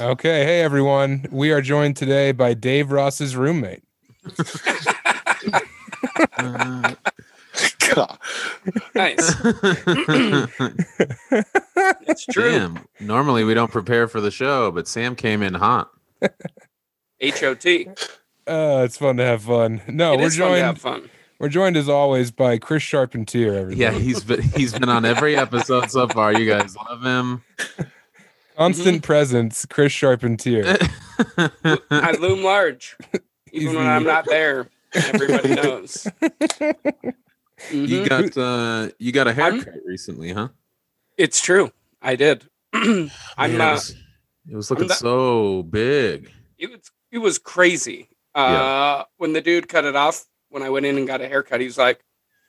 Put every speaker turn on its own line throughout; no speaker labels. Okay. Hey, everyone. We are joined today by Dave Ross's roommate.
Uh,
God.
nice. It's true.
Damn. Normally we don't prepare for the show, but Sam came in hot.
H O T.
Uh, it's fun to have fun. No,
It
Oh, we're
is fun to have
joined.
fun.
We're joined as always by Chris Charpentier. Everybody.
Yeah, he's been he's been on every episode so far. You guys love him.
Mm-hmm.
Constant presence, Chris
Uh,
Charpentier.
I loom large, even when I'm not there. Everybody knows.
you
Mhm.
got uh you got a
I'm-
haircut recently, huh?
it's true. I did. I'm
Yeah, it
uh,
was, it was looking
not-
so big.
it was it was crazy. Uh, when the dude cut it off, when I went in and got a haircut, he's like,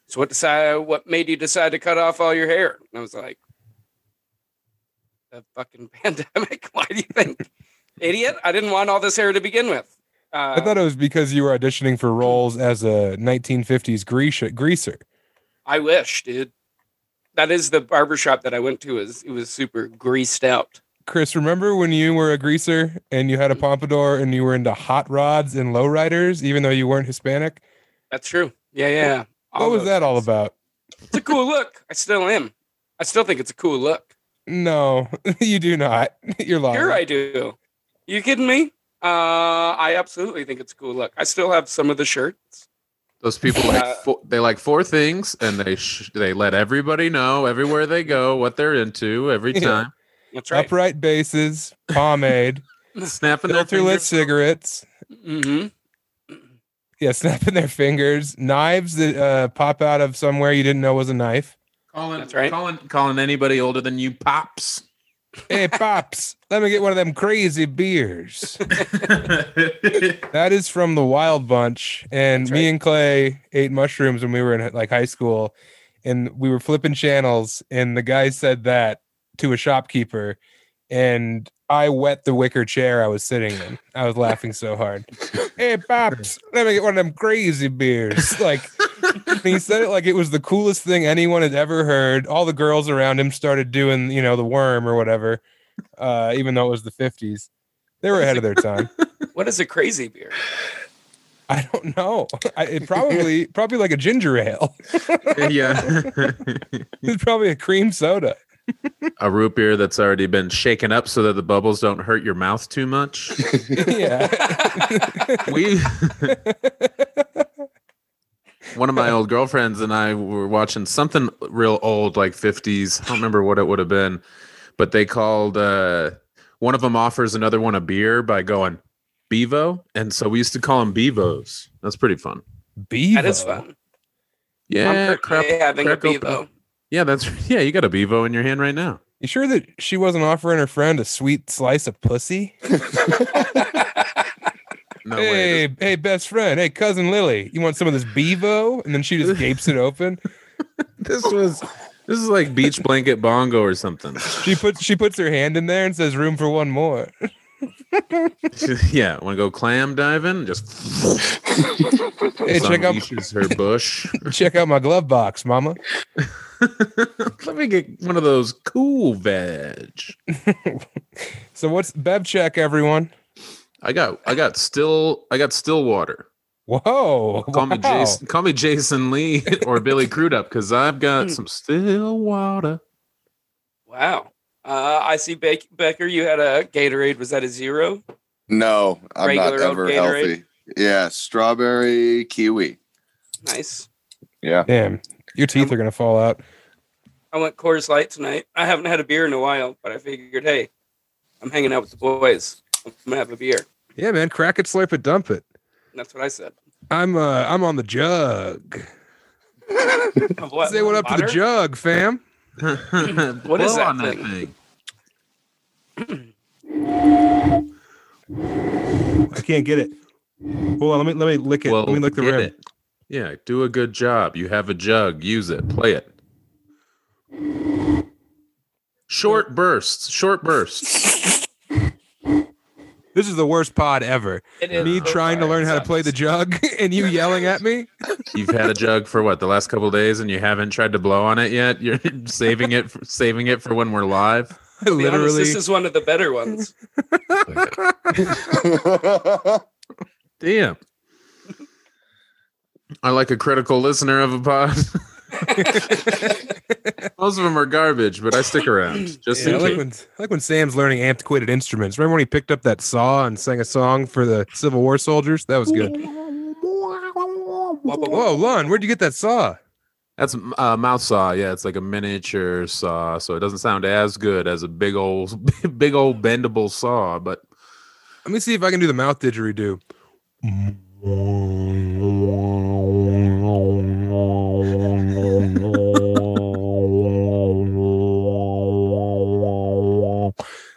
"So what decide? What made you decide to cut off all your hair?" And I was like, "The fucking pandemic. Why do you think, idiot? I didn't want all this hair to begin with." Uh,
I thought it was because you were auditioning for roles as a 1950s greaser. greaser.
I wish, dude. That is the barbershop that I went to. Is it was super greased out.
Chris, remember when you were a greaser and you had
Mm-hmm.
a pompadour and you were into hot rods and lowriders, even though you weren't Hispanic?
That's true. Yeah, yeah.
what was that all about?
It's a cool look. I still am. I still think it's a cool look.
No, you do not. You're lying.
Sure, I do. You kidding me? Uh, I absolutely think it's a cool look. I still have some of the shirts.
Those people like
Uh,
four, they like four things, and they sh- they let everybody know everywhere they go what they're into every
Yeah.
time.
That's right.
Upright bases, pomade,
Snapping their
filterless
fingers.
cigarettes.
hmm
Yeah, snapping their fingers, knives that uh, pop out of somewhere you didn't know was a knife.
Calling,
That's right.
calling, calling anybody older than you pops.
Hey, pops, let me get one of them crazy beers.
That's
That is from the Wild Bunch, and
That's
me
right.
and Clay ate mushrooms when we were in like high school, and we were flipping channels, and the guy said that to a shopkeeper, and I wet the wicker chair I was sitting in. I was laughing so hard. hey, pops, let me get one of them crazy beers. Like and he said it like it was the coolest thing anyone had ever heard. All the girls around him started doing, you know, the worm or whatever, uh, even though it was the fifties. They were ahead of their time.
What is a crazy beer?
I don't know. I, it probably probably like a ginger ale.
yeah.
It's probably a cream soda.
a root beer that's already been shaken up so that the bubbles don't hurt your mouth too much.
Yeah.
we one of my old girlfriends and I were watching something real old, like fifties. I don't remember what it would have been, but they called uh, one of them offers another one a beer by going Bevo, and so we used to call them Bevos. That's pretty fun.
Bevo.
That is fun.
Yeah,
I'm
crap.
currently having a
crack open.
Bevo.
Yeah, that's yeah. You got a Bevo in your hand right now.
You sure that she wasn't offering her friend a sweet slice of pussy?
No way.
hey, hey, best friend. Hey, cousin Lily. You want some of this Bevo? And then she just gapes it open.
This was this is like beach blanket bongo or something.
She puts she puts her hand in there and says, "Room for one more."
yeah, want to go clam diving? Just
Hey, check out
unleashes her bush.
check out my glove box, Mama.
Let me get one of those cool veg.
So what's Bev check, everyone?
I got I got still I got still water.
Whoa!
Call me
wow.
Jason call me Jason Lee or Billy Crudup because I've got some still water.
Wow. Uh, I see Bec- Becker. You had a Gatorade. Was that a zero?
No, I'm
Regular
not
old
ever
Gatorade?
healthy. Yeah, strawberry kiwi.
Nice.
Yeah.
Damn, your teeth are gonna fall out.
I went Coors Light tonight. I haven't had a beer in a while, but I figured, hey, I'm hanging out with the boys. I'm gonna have a beer.
Yeah, man, crack it, slurp it, dump it.
That's what I said.
I'm uh I'm on the jug.
Of what?
Say what up to the
Water?
jug, fam.
what
is that thing?
I can't get it. Hold on, let me let me lick it.
Well,
let me lick the
get
rim.
it. Yeah, do a good job. You have a jug. Use it. Play it. Short bursts. Short bursts.
This is the worst pod ever.
It is
Me
so
trying to
fire.
learn how to play the jug and you yelling at me.
You've had a jug for what the last couple of days, and you haven't tried to blow on it yet. You're saving it, for, saving it for when we're live.
I
To be honest,
literally
this is one of the better ones.
like it. Damn. I like a critical listener of a pod. Most of them are garbage, but I stick around just
Yeah, I
in
like
case.
when I like when Sam's learning antiquated instruments. Remember when he picked up that saw and sang a song for the Civil War soldiers? That was good. Whoa, Lon, where'd you get that saw?
That's uh, mouth saw. Yeah, it's like a miniature saw, so it doesn't sound as good as a big old, big old bendable saw. But
Let me see if I can do the mouth didgeridoo.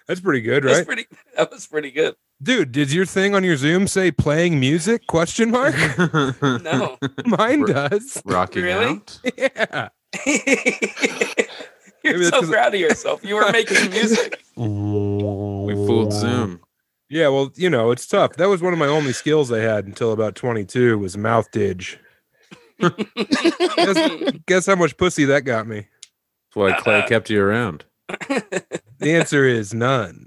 That's pretty good,
That's
right?
pretty. That was pretty good.
Dude, did your thing on your Zoom say playing music? Question mark?
No,
Mine
We're-
does.
rocking
Really?
out.
Yeah.
you're
Maybe that's
so
'cause-
proud of yourself. You were making music.
We fooled Zoom.
Yeah, well, you know, it's tough. That was one of my only skills I had until about 22 was mouth didge. guess, guess how much pussy that got me?
That's why Clay kept you around.
The answer is none.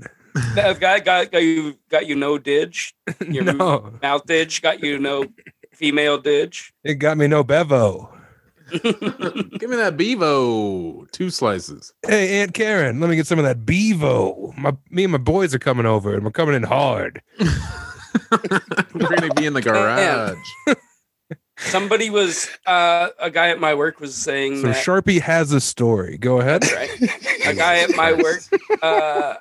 that guy got, got you. Got you no didge. Your
No,
mouth didge. Got you no female didge.
it got me no bevo.
Give me that Bevo. Two slices.
Hey, Aunt Karen, let me get some of that bevo. My, me and my boys are coming over and we're coming in hard.
We're gonna be in the garage.
Somebody was uh, a guy at my work was saying
So
that
Sharpie has a story. Go ahead.
right? a guy at my work uh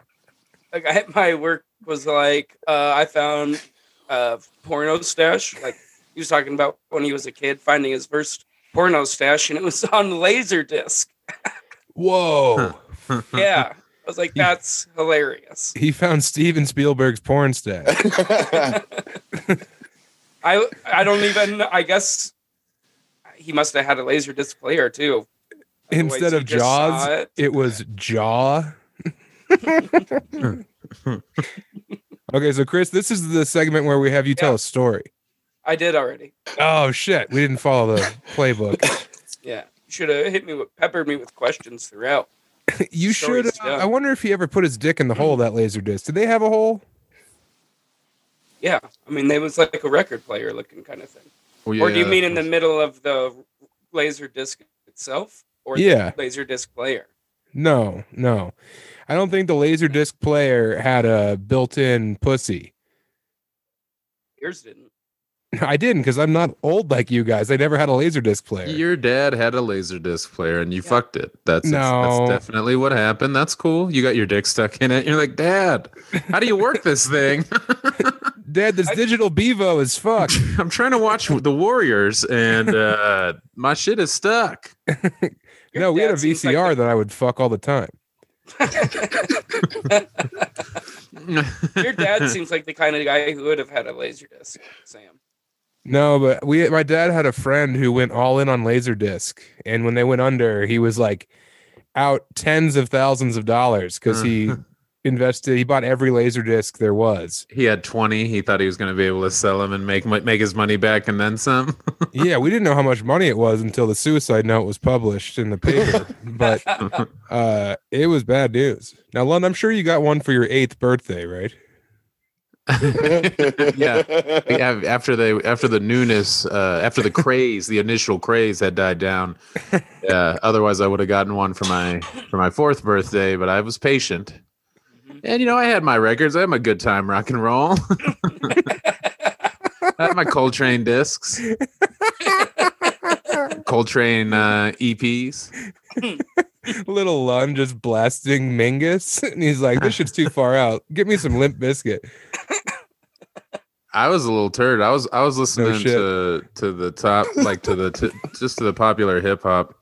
a guy at my work was like uh i found a porno stash like he was talking about when he was a kid finding his first porno stash and it was on laser disc
Whoa. Hmm.
yeah i was like that's hilarious
He found Steven Spielberg's porn stash.
i i don't even i guess he must have had a laser disc player too Otherwise,
Instead of
he just saw
Jaws,
it.
it was Jaw. okay, so Chris, this is the segment where we have you tell
Yeah.
a story.
i did already
Oh shit, we didn't follow the playbook.
yeah should have hit me with peppered me with questions throughout
You
Stories,
should. Uh,
yeah.
I wonder if he ever put his dick in the
Hmm.
hole of that laser disc. Did they have a hole?
yeah i mean they was like a record player looking kind of thing
Well,
Or do you
yeah.
mean in the middle of the laser disc itself or
Yeah.
the laser disc player?
No, no. I don't think the laser disc player had a built-in pussy.
Yours didn't.
I didn't because I'm not old like you guys. I never had a laser disc player.
Your dad had a laser disc player and you
Yeah.
fucked it. That's
No.
that's definitely what happened. That's cool. You got your dick stuck in it. You're like, Dad, how do you work this thing?
Dad, this
I-
digital Bevo is fucked.
I'm trying to watch the Warriors and uh, my shit is stuck.
Your
no, we had a
dad seems
VCR
like
that I would fuck all the time.
the- your dad seems like the kind of guy who would have had a laser disc, Sam.
No, but we my dad had a friend who went all in on Laserdisc, and when they went under, he was like out tens of thousands of dollars because he
Mm.
invested he bought every Laserdisc there was.
he had 20. He thought he was going to be able to sell them and make mo- make his money back and then some.
yeah, we didn't know how much money it was until the suicide note was published in the paper, but uh it was bad news. Now, Lund, I'm sure you got one for your eighth birthday, right?
Yeah. Yeah, after they after the newness, uh, after the craze, the initial craze had died down. Uh, otherwise, I would have gotten one for my for my fourth birthday, but I was patient. And you know, I had my records. I had my good time rock and roll. I had my Coltrane discs, Coltrane uh, EPs.
Little Lund just blasting Mingus, and he's like, "This shit's too far out. Get me some Limp Biscuit."
I was a little turd. I was I was listening
shit.
to to the top, like to the to, just to the popular hip hop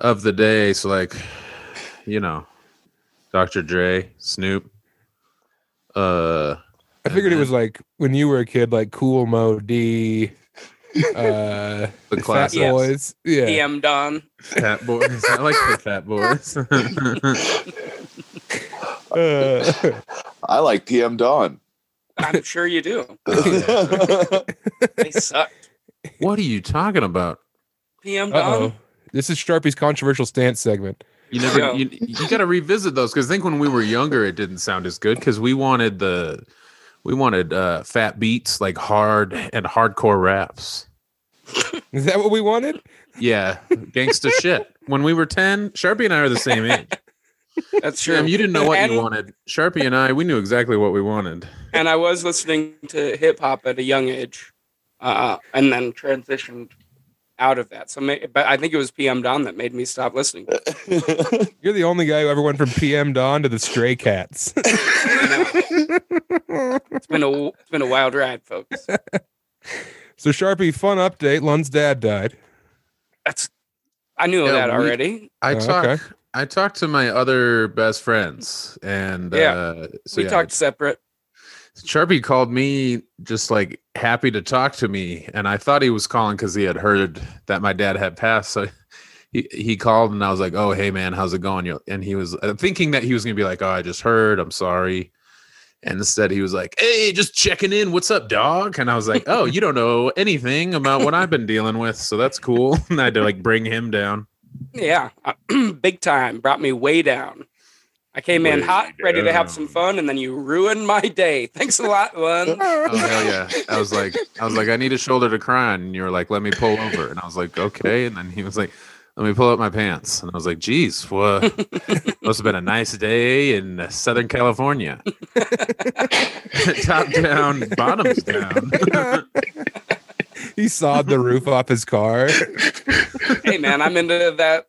of the day. So like, you know, Dr. Dre, Snoop. Uh,
I figured it was like when you were a kid, like Cool Mo D, uh,
the
Fat
classic
Yes.
Boys. Yeah.
PM Don.
Fat Boys. I like the Fat Boys.
Uh,
I like PM Dawn.
I'm sure you do.
That's
They suck.
what are you talking about?
PM Don.
uh-oh. This is Sharpie's controversial stance segment.
You never
Yeah.
you, you got to revisit those because I think when we were younger it didn't sound as good because we wanted the we wanted uh, fat beats like hard and hardcore raps.
Is that what we wanted?
Yeah, gangsta shit. When we were ten, Sharpie and I are the same age.
That's true.
Jim, you didn't know what
And-
you wanted. Sharpie and I, we knew exactly what we wanted.
and I was listening to hip hop at a young age, uh, and then transitioned out of that. So, ma- but I think it was PM Don that made me stop listening.
You're the only guy who ever went from PM Dawn to the Stray Cats.
It's been a it's been a wild ride, folks.
so Sharpie, fun update. Lun's dad died.
That's I knew
Yeah,
that
we-
already.
I
Oh,
talk.
okay.
I talked to my other best friends, and
Yeah.
uh, so
We
yeah,
talked separate.
Sharpie called me just like happy to talk to me, and I thought he was calling because he had heard that my dad had passed. So he he called, and I was like, "Oh, hey man, how's it going?" You and he was uh, thinking that he was gonna be like, "Oh, I just heard. I'm sorry." And instead, he was like, "Hey, just checking in. What's up, dog?" And I was like, "Oh, you don't know anything about what I've been dealing with, so that's cool." And I had to like bring him down.
Yeah, big time. Brought me way down. I came in
Way
hot, ready to have some
down.
fun, and then you ruined my day. Thanks a lot, Lon.
Oh hell yeah! I was like, I was like, I need a shoulder to cry, on," and you were like, let me pull over, and I was like, okay, and then he was like, let me pull up my pants, and I was like, geez, what? Must have been a nice day in Southern California. Top down, bottoms down.
He sawed the roof off his car.
hey man, I'm into that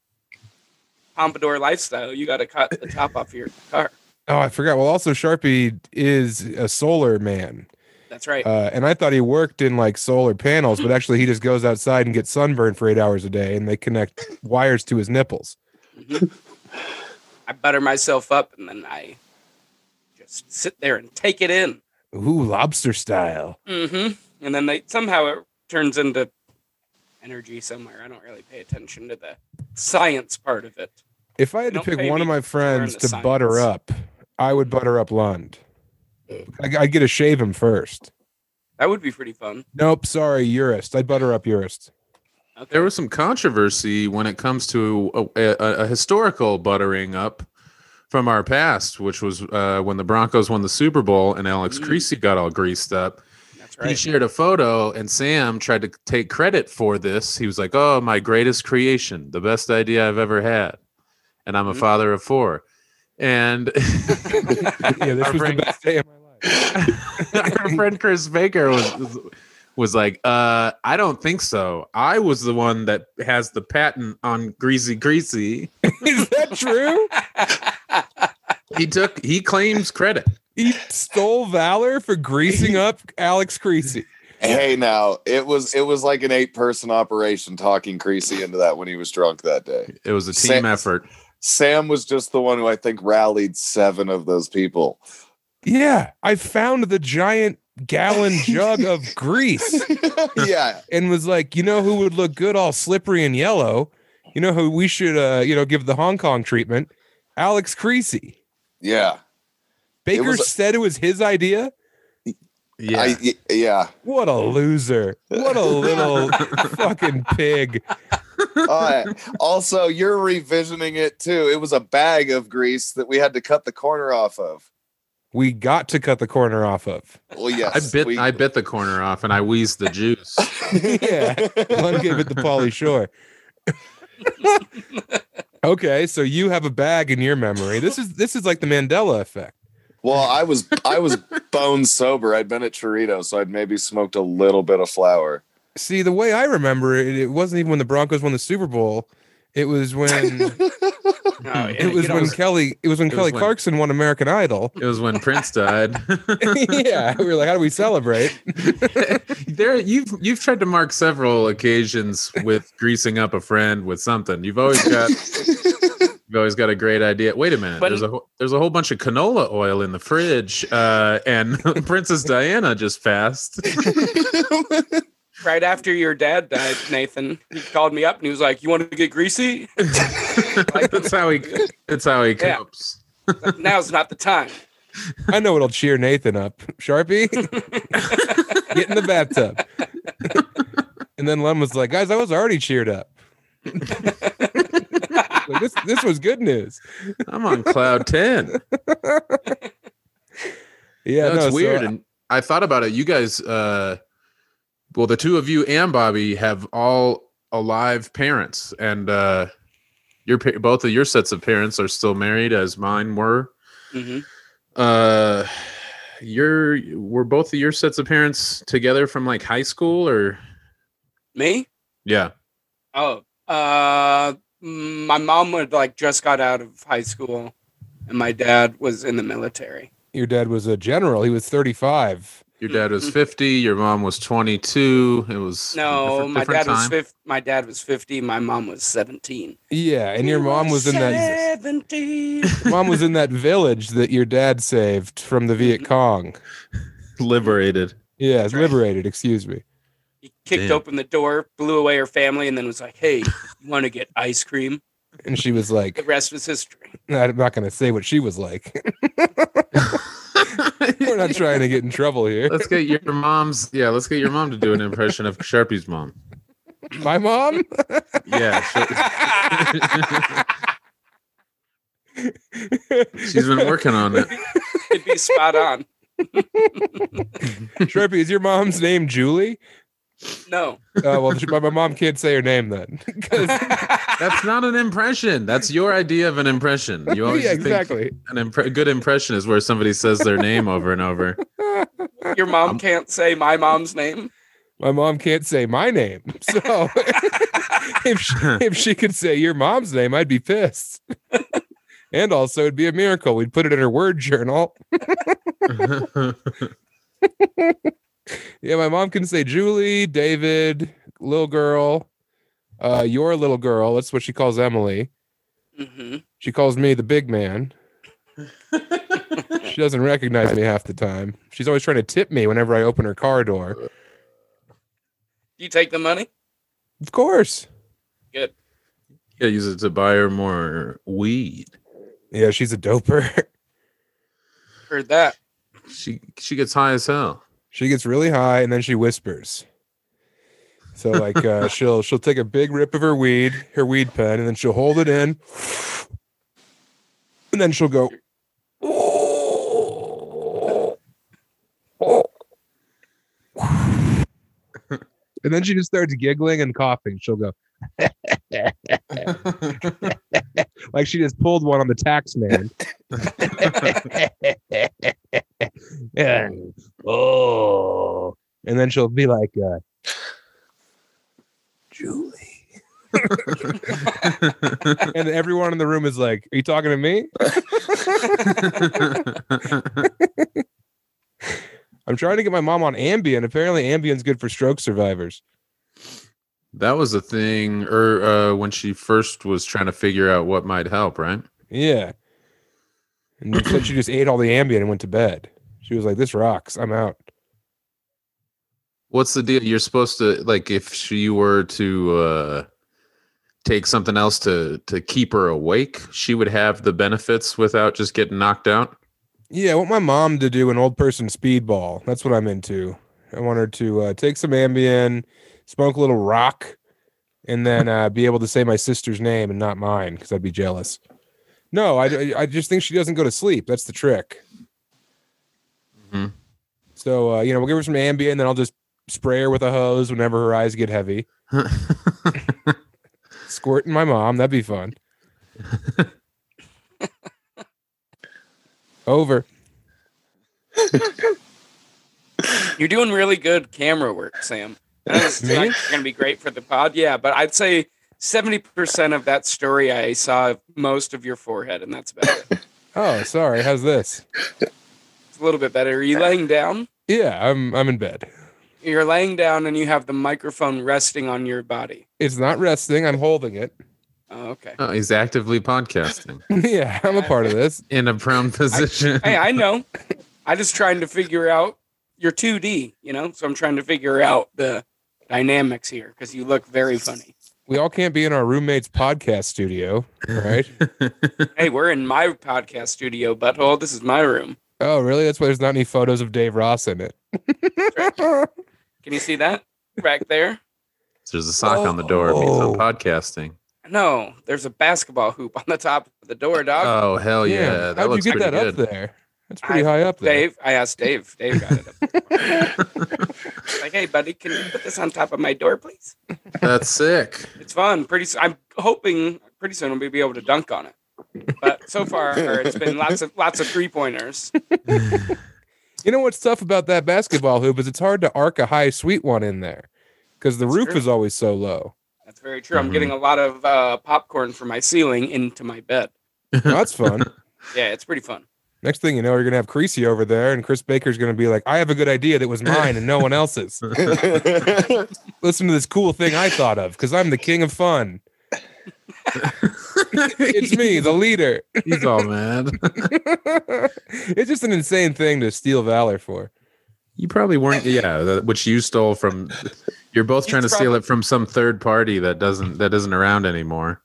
pompadour lifestyle. You got to cut the top off your car.
Oh, I forgot. Well, also Sharpie is a solar man,
That's right.
uh, and I thought he worked in like solar panels, but actually he just goes outside and gets sunburned for eight hours a day, and they connect wires to his nipples.
I butter myself up and then I just sit there and take it in.
Ooh, lobster style.
hmm And then they somehow it turns into energy somewhere. I don't really pay attention to the science part of it.
If I had to
Don't
pick
pay
one
me
of my friends
the
to butter up,
science.
I would butter up Lund. I, I'd get to shave him first.
That would be pretty fun.
Nope, sorry, Urist. I'd butter up Urist.
Okay.
There was some controversy when it comes to a, a, a historical buttering up from our past, which was uh, when the Broncos won the Super Bowl and Alex
Mm.
Creasy got all greased up.
That's
He
right.
shared a photo, and Sam tried to take credit for this. He was like, "Oh, my greatest creation, the best idea I've ever had," and I'm a
Mhm.
father of four. And
Yeah, this
Our
was
friend-
the best day of my life.
our friend Chris Baker was, was like, uh, "I don't think so. I was the one that has the patent on greasy, greasy."
Is that true?
He took. He claims credit.
He stole valor for greasing up Alex Creasy.
hey, now it was it was like an eight person operation talking Creasy into that when he was drunk that day.
It was a team
Sam-
effort.
Sam was just the one who I think rallied seven of those people.
Yeah, I found the giant gallon jug of grease
yeah,
and was like, you know who would look good all slippery and yellow? You know who we should uh, you know, give the Hong Kong treatment? Alex Creasy.
yeah,
Baker
was a-
said it was his idea.
Yeah.
I- y- yeah.
What a loser. What a little fucking pig.
Uh, also, you're revisioning it too. It was a bag of grease that we had to cut the corner off of.
We got to cut the corner off of.
Well, yes,
I bit
we-
I bit the corner off and I wheezed the juice.
Yeah. One gave it to Polly Shore. okay, so you have a bag in your memory. This is this is like the Mandela effect.
Well, I was I was bone sober. I'd been at Chorito, so I'd maybe smoked a little bit of flour.
See, the way I remember it, it wasn't even when the Broncos won the Super Bowl. It was when
Oh, yeah,
it was
you
when
know,
Kelly it was when
It was
Kelly
when-
Clarkson won American Idol.
It was when Prince died.
yeah, we were like, how do we celebrate?
there you've you've tried to mark several occasions with greasing up a friend with something. You've always got you've always got a great idea. Wait a minute.
But-
there's a whole- there's a whole bunch of canola oil in the fridge uh, and Princess Diana just passed.
right after your dad died, Nathan, he called me up and he was like, "You want to get greasy?
that's how he that's how he
Yeah.
copes.
Now's not the time."
I know it'll cheer Nathan up. Sharpie, get in the bathtub. and then Len was like, guys, I was already cheered up. Like, this this was good news.
I'm on cloud 10.
Yeah,
That's
no, so
weird. and I thought about it. You guys, uh, well, the two of you and Bobby have all alive parents, and uh, your pa- both of your sets of parents are still married, as mine were.
Mhm.
Uh, your were both of your sets of parents together from like high school, or
Me?
yeah,
Oh, uh, mm, my mom would like just got out of high school, and my dad was in the military.
your dad was a general. He was 35.
your dad was fifty, your mom was twenty-two. It was a
Mm-hmm. No,
different-
my
different
dad was
time.
fifty. My dad was fifty. My mom was seventeen.
Yeah, and your
He
mom was in that
seventeen.
mom was in that village that your dad saved from the Viet Cong.
liberated.
Yes,
Mm-hmm. right.
liberated, excuse me.
he kicked
Damn.
open the door, blew away her family, and then was like, "Hey, you want to get ice cream?"
And she was
The
like,
rest was history.
I'm not going to say what she was like. We're not trying to get in trouble here.
Let's get your mom's. Yeah, let's get your mom to do an impression of Sharpie's mom.
My mom?
Yeah, she- she's been working on it.
It'd be spot on.
Sharpie, is your mom's name Julie?
No,
Uh, well, my, my mom can't say her name then. 'Cause-
That's not an impression. That's your idea of an impression. You always
yeah,
think
exactly.
an impre- good impression is where somebody says their name over and over.
your mom can't say my mom's name.
My mom can't say my name. So if, she, if she could say your mom's name, I'd be pissed. and also, it'd be a miracle. We'd put it in her word journal. Yeah, my mom can say Julie, David, little girl, uh, your little girl. That's what she calls Emily.
hmm
She calls me the big man. she doesn't recognize me half the time. She's always trying to tip me whenever I open her car door.
You take the money.
Of course.
yeah, use it to buy her more weed.
Yeah, she's a doper.
Heard that?
She she gets high as hell.
She gets really high and then she whispers. So like uh, she'll she'll take a big rip of her weed, her weed pen, and then she'll hold it in, and then she'll go. And then she just starts giggling and coughing. She'll go like she just pulled one on the tax man. Yeah. Oh. And then she'll be like, uh, Julie. and everyone in the room is like, Are you talking to me? I'm trying to get my mom on Ambien. Apparently, Ambien's good for stroke survivors.
that was a thing, or uh, when she first was trying to figure out what might help, right?
Yeah. And so she just ate all the Ambien and went to bed. She was like, This rocks. I'm out.
What's the deal? You're supposed to like if she were to uh take something else to to keep her awake, she would have the benefits without just getting knocked out.
Yeah, I want my mom to do an old person speedball. That's what I'm into. I want her to uh, take some Ambien, smoke a little rock, and then uh, be able to say my sister's name and not mine because I'd be jealous. No, I, I just think she doesn't go to sleep. That's the trick.
Mhm.
So, uh, you know, we'll give her some Ambien, then I'll just spray her with a hose whenever her eyes get heavy. Squirting my mom. That'd be fun. Over.
You're doing really good camera work, Sam. I was
Me?
like, you're gonna be great for the pod. Yeah, but I'd say seventy percent of that story I saw most of your forehead, and that's about it.
Oh, sorry. How's this?
It's a little bit better. Are you laying down?
Yeah, I'm I'm in bed.
You're laying down, and you have the microphone resting on your body.
It's not resting. I'm holding it.
Oh, okay.
Oh, he's actively podcasting
yeah, I'm a part of this.
in a prone position.
hey, I know. I just trying to figure out you're 2D, you know. So I'm trying to figure out the dynamics here because you look very funny.
We all can't be in our roommate's podcast studio, right?
hey, we're in my podcast studio, butthole. This is my room.
oh, really? That's why there's not any photos of Dave Ross in it.
Can you see that back there?
There's a sock on the door. It means I'm podcasting.
No, there's a basketball hoop on the top of the door, dog.
Oh hell yeah, that
How'd you
looks
get
pretty
that
good.
up there? That's pretty
I-
high up there.
Dave, I asked Dave. Dave got it up. He's like, hey, buddy, can you put this on top of my door, please?
That's sick.
It's fun. Pretty. s- I'm hoping pretty soon we'll be able to dunk on it. But so far, it's been lots of lots of three pointers.
You know what's tough about that basketball hoop is it's hard to arc a high sweet one in there because the
That's
roof
true.
is always so low.
That's very true. I'm
Mhm.
getting a lot of uh, popcorn from my ceiling into my bed.
That's fun.
Yeah, it's pretty fun.
Next thing you know, you're gonna have Creasy over there, and Chris Baker's gonna be like, "I have a good idea that was mine and no one else's. Listen to this cool thing I thought of because I'm the king of fun. It's me, the leader."
He's all mad.
it's just an insane thing to steal valor for.
You probably weren't. Yeah, that, which you stole from. You're both trying to
It's
steal it from some third party that doesn't that isn't around anymore.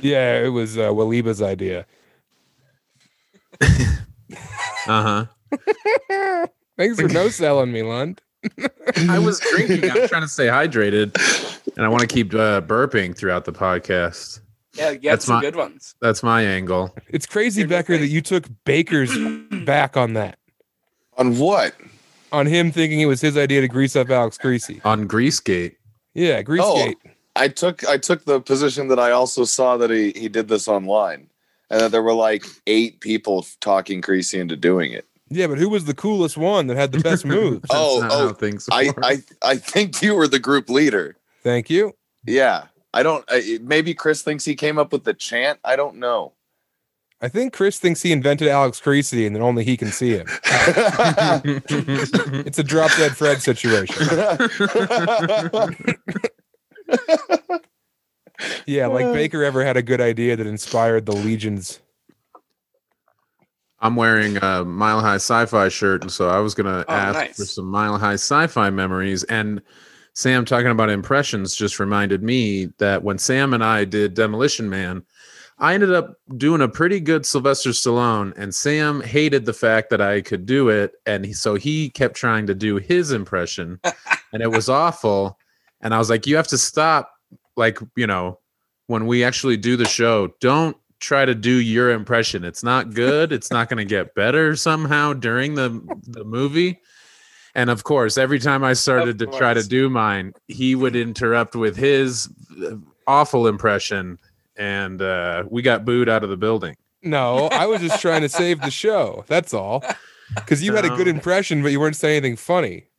Yeah, it was uh, Waliba's idea.
Uh
Thanks for no selling me, Lund.
huh. I was drinking. I'm trying to stay hydrated, and I want to keep uh, burping throughout the podcast.
Yeah, you got
That's
some
my-
good ones.
That's my angle.
It's crazy,
You're
Becker, that
crazy.
you took Baker's back on that,
On what?
on him thinking it was his idea to grease up Alex Creasy.
On Greasegate,
Yeah, Greasegate.
I took I took the position that I also saw that he he did this online, and that there were like eight people talking Creasy into doing it.
Yeah, but who was the coolest one that had the best moves?
That's
Oh,
not
oh,
how things
I
work.
I I think you were the group leader.
Thank you.
Yeah, I don't. I, maybe Chris thinks he came up with the chant. I don't know.
I think Chris thinks he invented Alex Creasy and that only he can see him. It's a drop dead Fred situation. Yeah, like Baker ever had a good idea that inspired the legions.
I'm wearing a Mile High Sci-Fi shirt, and so I was gonna
Oh,
ask
nice.
for some Mile High Sci-Fi memories. And Sam talking about impressions just reminded me that when Sam and I did Demolition Man, I ended up doing a pretty good Sylvester Stallone, and Sam hated the fact that I could do it, and he, so he kept trying to do his impression, and it was awful. And I was like, "You have to stop, like you know, when we actually do the show, don't try to do your impression. It's not good. It's not going to get better somehow during the the movie. And of course, every time I started to
Of
try to
course.
do mine, he would interrupt with his uh, awful impression, and uh, we got booed out of the building.
No, I was just trying to save the show. That's all. Because you had a good
No.
impression, but you weren't saying anything funny.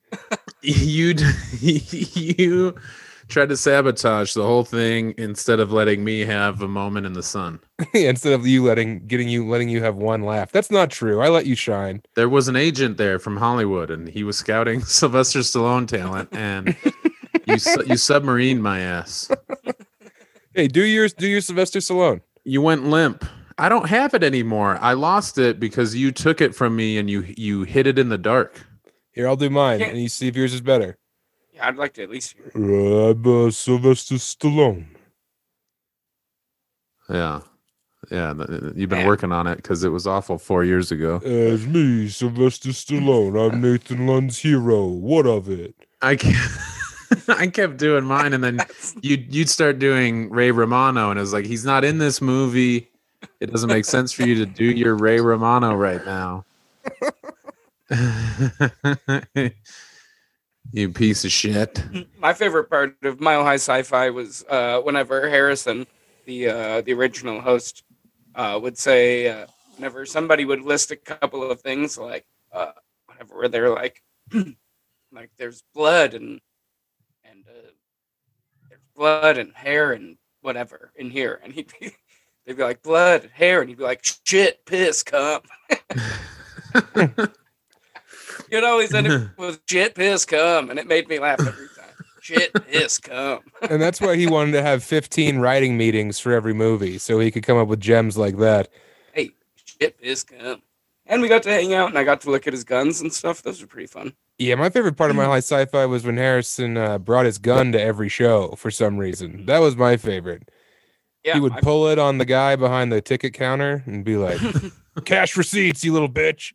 You d- you tried to sabotage the whole thing instead of letting me have a moment in the sun.
Instead of you letting getting you letting you have one laugh. That's not true. I let you shine.
there was an agent there from Hollywood, and he was scouting Sylvester Stallone talent, and you su- you submarined my ass.
Hey, do yours do your Sylvester Stallone.
You went limp. I don't have it anymore. I lost it because you took it from me, and you you hid it in the dark.
Here, I'll do mine,
Yeah.
and you see if yours is better.
Yeah, I'd like to at least hear. it.
I'm uh, Sylvester Stallone.
Yeah, yeah. th- th- You've been
Man.
working on it because it was awful four years ago.
As me, Sylvester Stallone. I'm Nathan Lund's hero. What of it?
I can't. I kept doing mine, and then you'd you'd start doing Ray Romano, and it was like he's not in this movie. It doesn't make sense for you to do your Ray Romano right now. you piece of shit.
My favorite part of Mile High Sci-Fi was uh, whenever Harrison, the uh, the original host, uh, would say uh, whenever somebody would list a couple of things like uh, whenever where they're like like there's blood and and uh, there's blood and hair and whatever in here, and he'd be they'd be like blood and hair, and he'd be like shit, piss, cup. You'd always end it with shit, piss, cum, and it made me laugh every time. Shit, piss, cum.
And that's why he wanted to have 15 writing meetings for every movie, so he could come up with gems like that.
hey, shit, piss, cum. And we got to hang out, and I got to look at his guns and stuff. Those were pretty fun.
Yeah, my favorite part of my life sci-fi was when Harrison uh, brought his gun to every show for some reason. That was my favorite.
Yeah,
he would
I-
pull it on the guy behind the ticket counter and be like, "Cash receipts, you little bitch."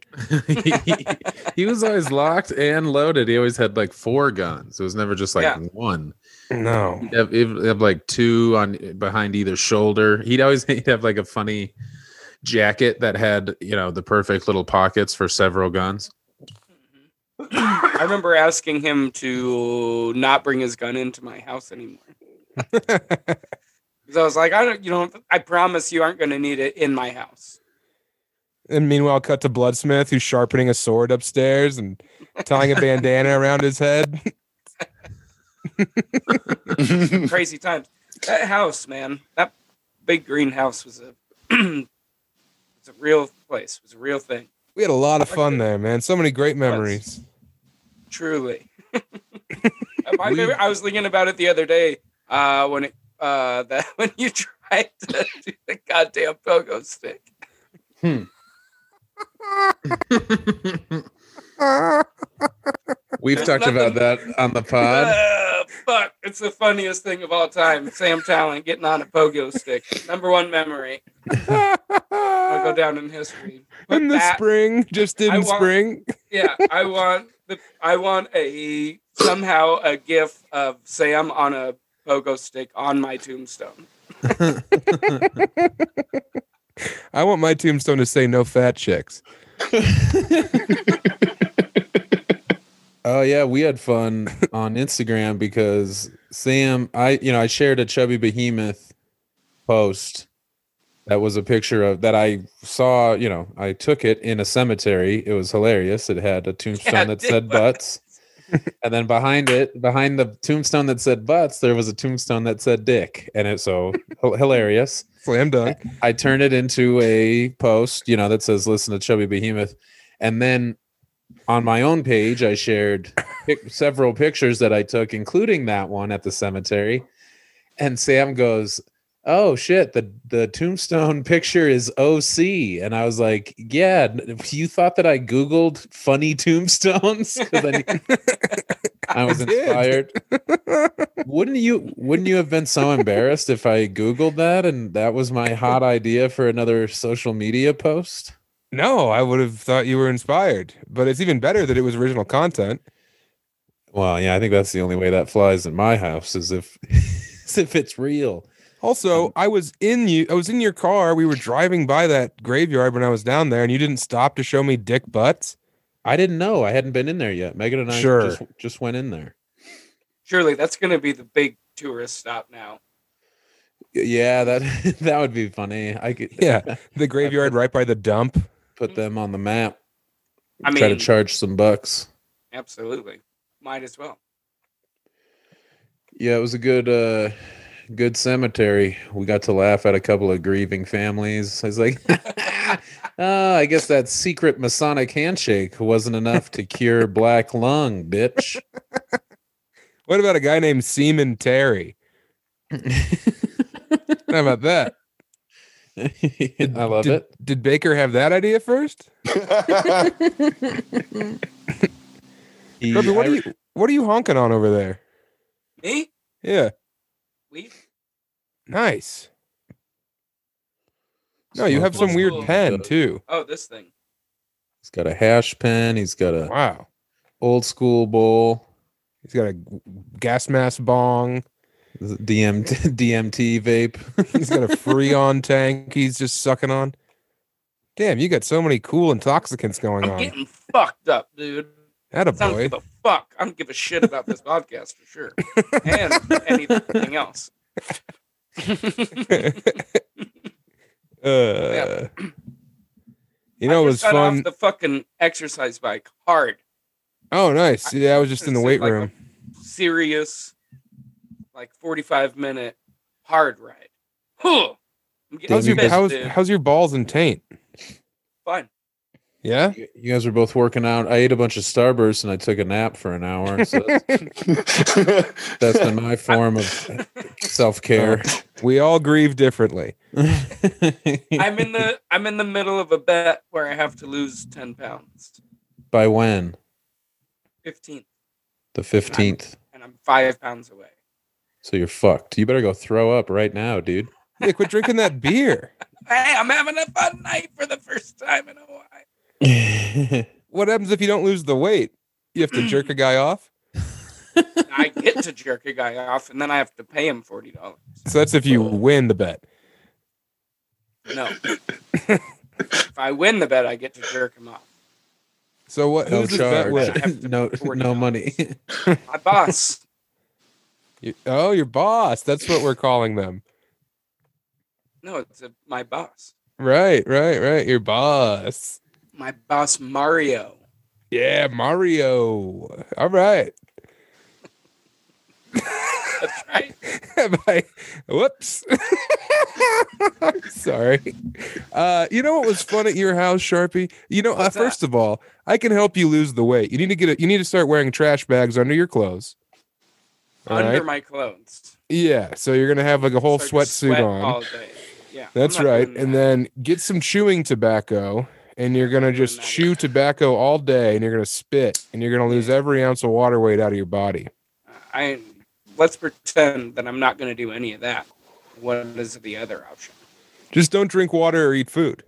he, he was always locked and loaded. He always had like four guns. It was never just like
Yeah.
one.
No.
He'd have, he'd have like two on behind either shoulder. He'd always he'd have like a funny jacket that had you know the perfect little pockets for several guns.
I remember asking him to not bring his gun into my house anymore. Because I was like, I don't, you know, I promise you aren't going to need it in my house.
And meanwhile, cut to Bloodsmith, who's sharpening a sword upstairs and tying a bandana around his head.
Crazy times. That house, man, that big green house was a, it's a real place. It was a real thing.
We had a lot of fun there, man. So many great memories.
Truly. my
We-
favorite, I was thinking about it the other day uh, when it, uh, that when you tried to do the goddamn pogo stick.
We've talked about that on the pod.
Uh, fuck, it's the funniest thing of all time. Sam Talent getting on a pogo stick. Number one memory. I'll go down in history. But
in the
that-
spring, just in
I want-
spring.
yeah, I want the I want a somehow a gif of Sam on a pogo stick on my tombstone.
I want my tombstone to say no fat chicks.
Oh yeah, we had fun on Instagram because Sam, I you know I shared a chubby behemoth post that was a picture of that I saw. You know, I took it in a cemetery. It was hilarious. It had a tombstone
Yeah,
that
dick
said butts, and then behind it, behind the tombstone that said butts, there was a tombstone that said dick, and it so hi- hilarious.
Slam dunk.
I turned it into a post, you know, that says "Listen to Chubby Behemoth," and then on my own page, I shared pic- several pictures that I took, including that one at the cemetery. And Sam goes, "Oh shit the the tombstone picture is OC," and I was like, "Yeah, n- you thought that I googled funny tombstones 'Cause I, I was
I did.
inspired." wouldn't you wouldn't you have been so embarrassed if i googled that and that was my hot idea for another social media post
No, I would have thought you were inspired, but it's even better that it was original content.
well yeah i think that's the only way that flies in my house is if is if it's real
Also, I was in you. I was in your car. We were driving by that graveyard when I was down there, and you didn't stop to show me dick butts.
i didn't know i hadn't been in there yet megan and i
Sure.
just, just went in there
Surely that's gonna be the big tourist stop now.
Y- yeah that that would be funny i could
Yeah, the graveyard right by the dump.
put them on the map
I
try to
mean,
charge some bucks
absolutely, might as well.
Yeah, it was a good uh good cemetery. We got to laugh at a couple of grieving families. I was like, oh, I guess that secret Masonic handshake wasn't enough to cure black lung, bitch.
What about a guy named Seaman Terry? How about that?
I love
did,
it.
Did Baker have that idea first?
He-
Robbie, what
I-
are you what are you honking on over there?
Me,
Yeah,
we
nice. No, you have some weird
Cool.
pen too.
oh this thing.
He's got a hash pen. He's got a
Wow,
old school bowl.
he's got a gas mask bong.
DMT, DMT vape.
He's got a Freon tank he's just sucking on. Damn, you got so many cool intoxicants going
I'm
on.
getting fucked up, dude.
That a
I don't
boy.
give a fuck. I don't give a shit about this podcast for sure, and anything else.
uh, you
I
know, it was
just got off
fun.
the fucking exercise bike hard.
Oh, nice. Yeah, I was just in the
It's
weight
like a
room.
serious, like 45 minute hard ride. Whew. I'm getting
How's your
pissed,
how's,
dude.
how's your balls and taint?
Fine.
Yeah.
You you guys were both working out. I ate a bunch of Starburst and I took a nap for an hour. So that's- That's been my form of self care.
We all grieve differently.
I'm in the I'm in the middle of a bet where I have to lose 10 pounds.
By when?
15.
The 15th.
And I'm five pounds away.
So you're fucked. You better go throw up right now, dude.
Yeah, quit drinking that beer.
Hey, I'm having a fun night for the first time in a while.
yeah,
What happens if you don't lose the weight? You have to jerk a guy off.
I get to jerk a guy off, and then I have to pay him forty dollars.
So that's if
Oh.
you win the bet.
No, if I win the bet, I get to jerk him off.
So what?
No
who's this bet with?
I have
charge.
to
No,
pay
no
$40.
money.
My boss.
You- oh, your boss. That's what we're calling them.
No, it's a, my boss.
Right, right, right. Your boss.
My boss Mario.
Yeah, Mario. All right.
That's right.
Have I- whoops. I'm sorry. Uh, you know what was fun at your house, Sharpie? You know, uh,
What's that?
first of all, I can help you lose the weight. You need to get a, you need to start wearing trash bags under your clothes. All
Under
right.
my clothes.
Yeah, so you're gonna have like a whole
So I just
sweatsuit
sweat
on.
all day. Yeah. I'm
That's
not
right.
doing
And
that.
then get some chewing tobacco and you're going to
Doing
just
that
chew
either.
tobacco all day and you're going to spit and you're going to lose every ounce of water weight out of your body.
I let's pretend that I'm not going to do any of that. What is the other option?
Just don't drink water or eat food.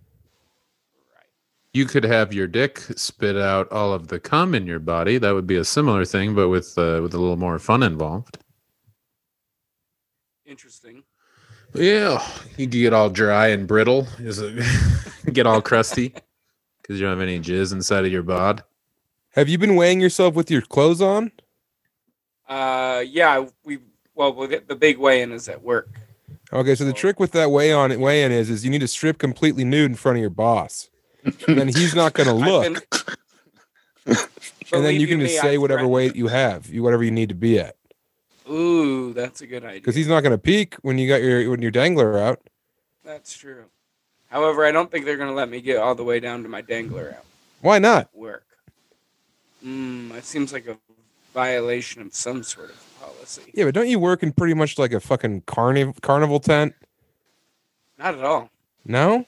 Right.
You could have your dick spit out all of the cum in your body. That would be a similar thing, but with uh, with a little more fun involved.
Interesting.
Yeah, you could get all dry and brittle. Is it get all crusty because you don't have any jizz inside of your bod?
Have you been weighing yourself with your clothes on?
Uh, yeah, we well, we'll get the big weigh-in is at work.
Okay, so the
Oh.
trick with that weigh on weigh in is is you need to strip completely nude in front of your boss. And then he's not going to look.
I've been-
and then
Believe
you can
me,
just
I
say whatever
threatened-
weight you have, you whatever you need to be at.
Ooh, that's a good idea.
Cuz he's not going to peek when you got your when your dangler out.
That's true. However, I don't think they're going to let me get all the way down to my dangler out
Why not?
at work. Mm, that seems like a violation of some sort of policy.
Yeah, but don't you work in pretty much like a fucking carniv- carnival tent?
Not at all.
No?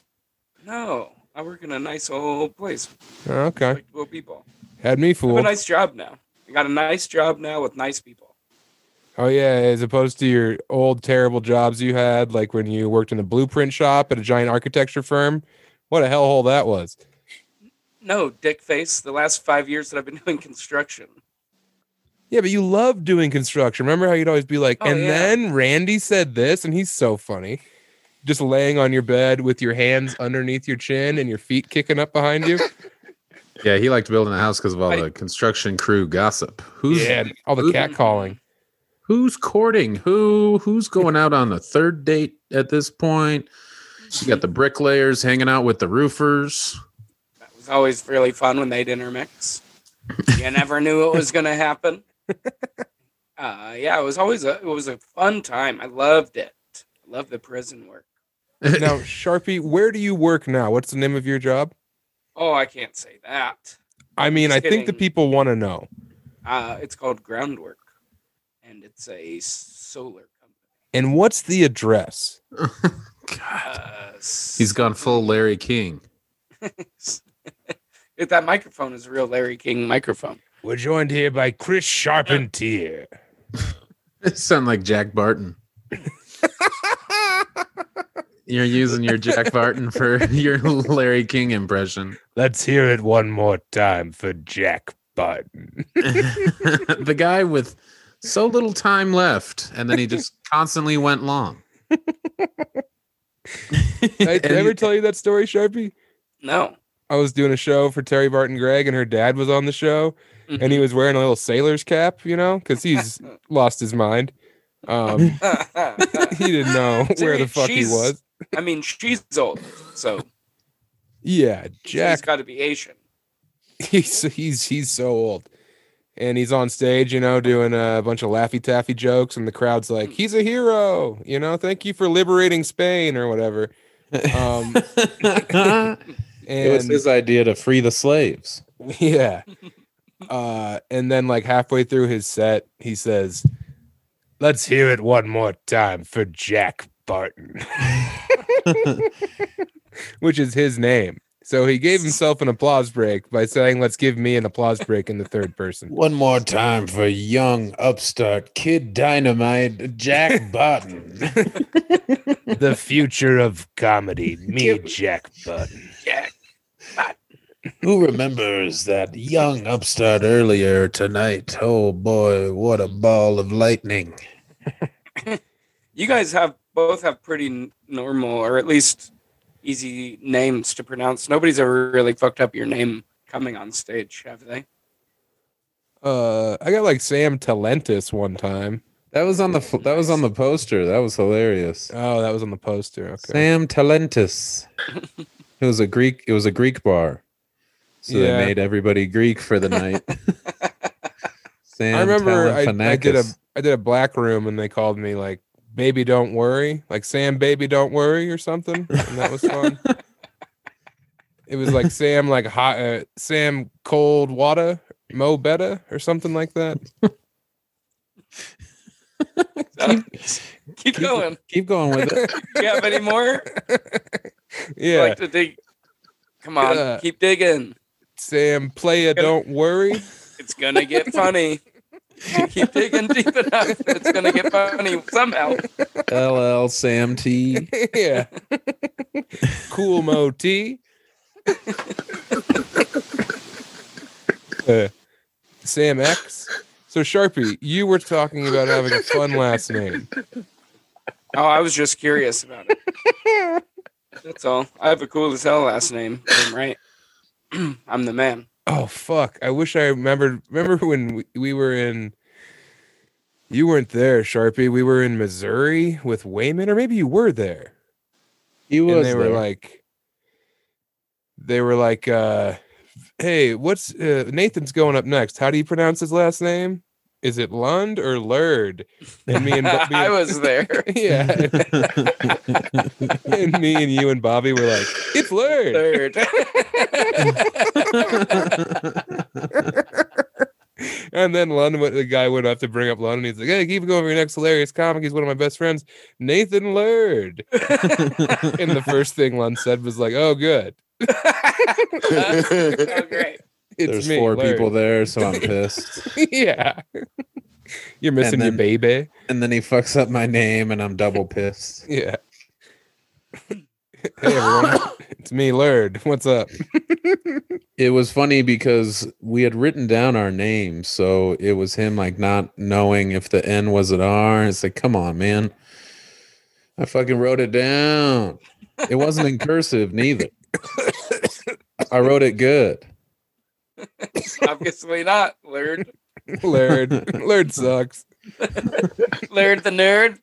No, I work in a nice old place with
Oh, Okay.
respectable people.
Had me
I have a
fooled.
nice job now. I got a nice job now with nice people.
Oh yeah, as opposed to your old terrible jobs you had, like when you worked in a blueprint shop at a giant architecture firm. What a hellhole that was.
No, dick face. The last five years that I've been doing construction.
Yeah, but you loved doing construction. Remember how you'd always be like,
Oh,
and
yeah.
then Randy said this, and he's so funny. Just laying on your bed with your hands underneath your chin and your feet kicking up behind you.
Yeah, he liked building a house because of all
I-
the construction crew gossip. Who's
yeah, and all the
who's-
cat calling.
who's courting who? Who's going out on the third date at this point? You got the bricklayers hanging out with the roofers.
That was always really fun when they'd intermix. You never knew what was going to happen. Uh, yeah, it was always a it was a fun time. I loved it. I loved the prison work.
Now, Sharpie, where do you work now? What's the name of your job?
Oh, I can't say that.
I mean, I
Just
think the
kidding.
people want to know.
Uh, it's called groundwork, and it's a solar company.
And what's the address?
God,
Uh,
he's gone full Larry King.
If that microphone is a real Larry King microphone.
We're joined here by Chris Sharpentier.
It sound like Jack Barton. You're using your Jack Barton for your Larry King impression.
Let's hear it one more time for Jack Barton.
the guy with so little time left, and then he just constantly went long.
I did I ever tell you that story, Sharpie?
No.
I was doing a show for Terry Barton Gregg, and her dad was on the show, and he was wearing a little sailor's cap, you know, because he's lost his mind. Um, he didn't know where the
Dude,
fuck he
she's-
was.
I mean, she's old, so
Yeah,
she's
Jack
got to be Asian.
he's he's he's so old and he's on stage you know doing a bunch of laffy taffy jokes and the crowd's like
Mm.
he's a hero you know thank you for liberating spain or whatever um
it was
and
his idea to free the slaves.
yeah uh and then like halfway through his set he says let's hear it one more time for jack barton which is his name so he gave himself an applause break by saying let's give me an applause break in the third person
One more time for young upstart kid dynamite Jack Barton.
the future of comedy. Me,
Give-
Jack Button.
Who remembers that young upstart earlier tonight? Oh boy, what a ball of lightning.
You guys have both have pretty n- normal or at least easy names to pronounce. Nobody's ever really fucked up your name coming on stage, have they?
Uh, I got like Sam Talentis one time.
That was on the f- that was on the poster. That was hilarious.
Oh, that was on the poster. Okay.
Sam Talentis. it was a Greek. It was a Greek bar, so
Yeah.
they made everybody Greek for the night. Sam
I remember I, I did a
Talentinakis.
I did a black room and they called me like baby don't worry like Sam baby don't worry or something and that was fun. it was like Sam like hot uh, Sam cold water mo better or something like that.
Keep going.
Keep going with it.
Do you have any more?
Yeah,
Like to dig. Come on,
Yeah.
keep digging.
Sam playa don't worry.
It's gonna get funny. keep digging deep enough. It's gonna get funny somehow.
LL Sam T.
yeah, cool mo t. Uh, Sam X. So Sharpie, you were talking about having a fun last name.
Oh, I was just curious about it. That's all. I have a cool as hell last name. I'm right. I'm the man.
Oh fuck! I wish I remembered. Remember when we, we were in? You weren't there, Sharpie. We were in Missouri with Wayman, or maybe you were there.
He
And
was
they were
there.
like, they were like, uh, "Hey, what's uh, Nathan's going up next? How do you pronounce his last name? Is it Lund or Lurd?" And me and, Bo- me
I
and-
was there.
yeah, and me and you and Bobby were like, "It's Lurd."
Third.
And then Lund, went, the guy went up to bring up Lund, and he's like, "Hey, keep going for your next hilarious comic. He's one of my best friends, Nathan Lurd." and the first thing Lund said was like, "Oh, good,
oh, great.
it's
There's
me."
four
Lurd."
people there, so I'm pissed.
yeah, you're missing
then-
your baby.
and then he fucks up my name, and I'm double pissed.
Yeah. hey everyone, it's me, Lurd. What's up?
It was funny because we had written down our names, so it was him like not knowing if the N was an R. It's like, come on, man. I fucking wrote it down. It wasn't in cursive neither. I wrote it good.
Obviously not. Lurd.
Lurd. Lurd sucks.
Lurd the nerd.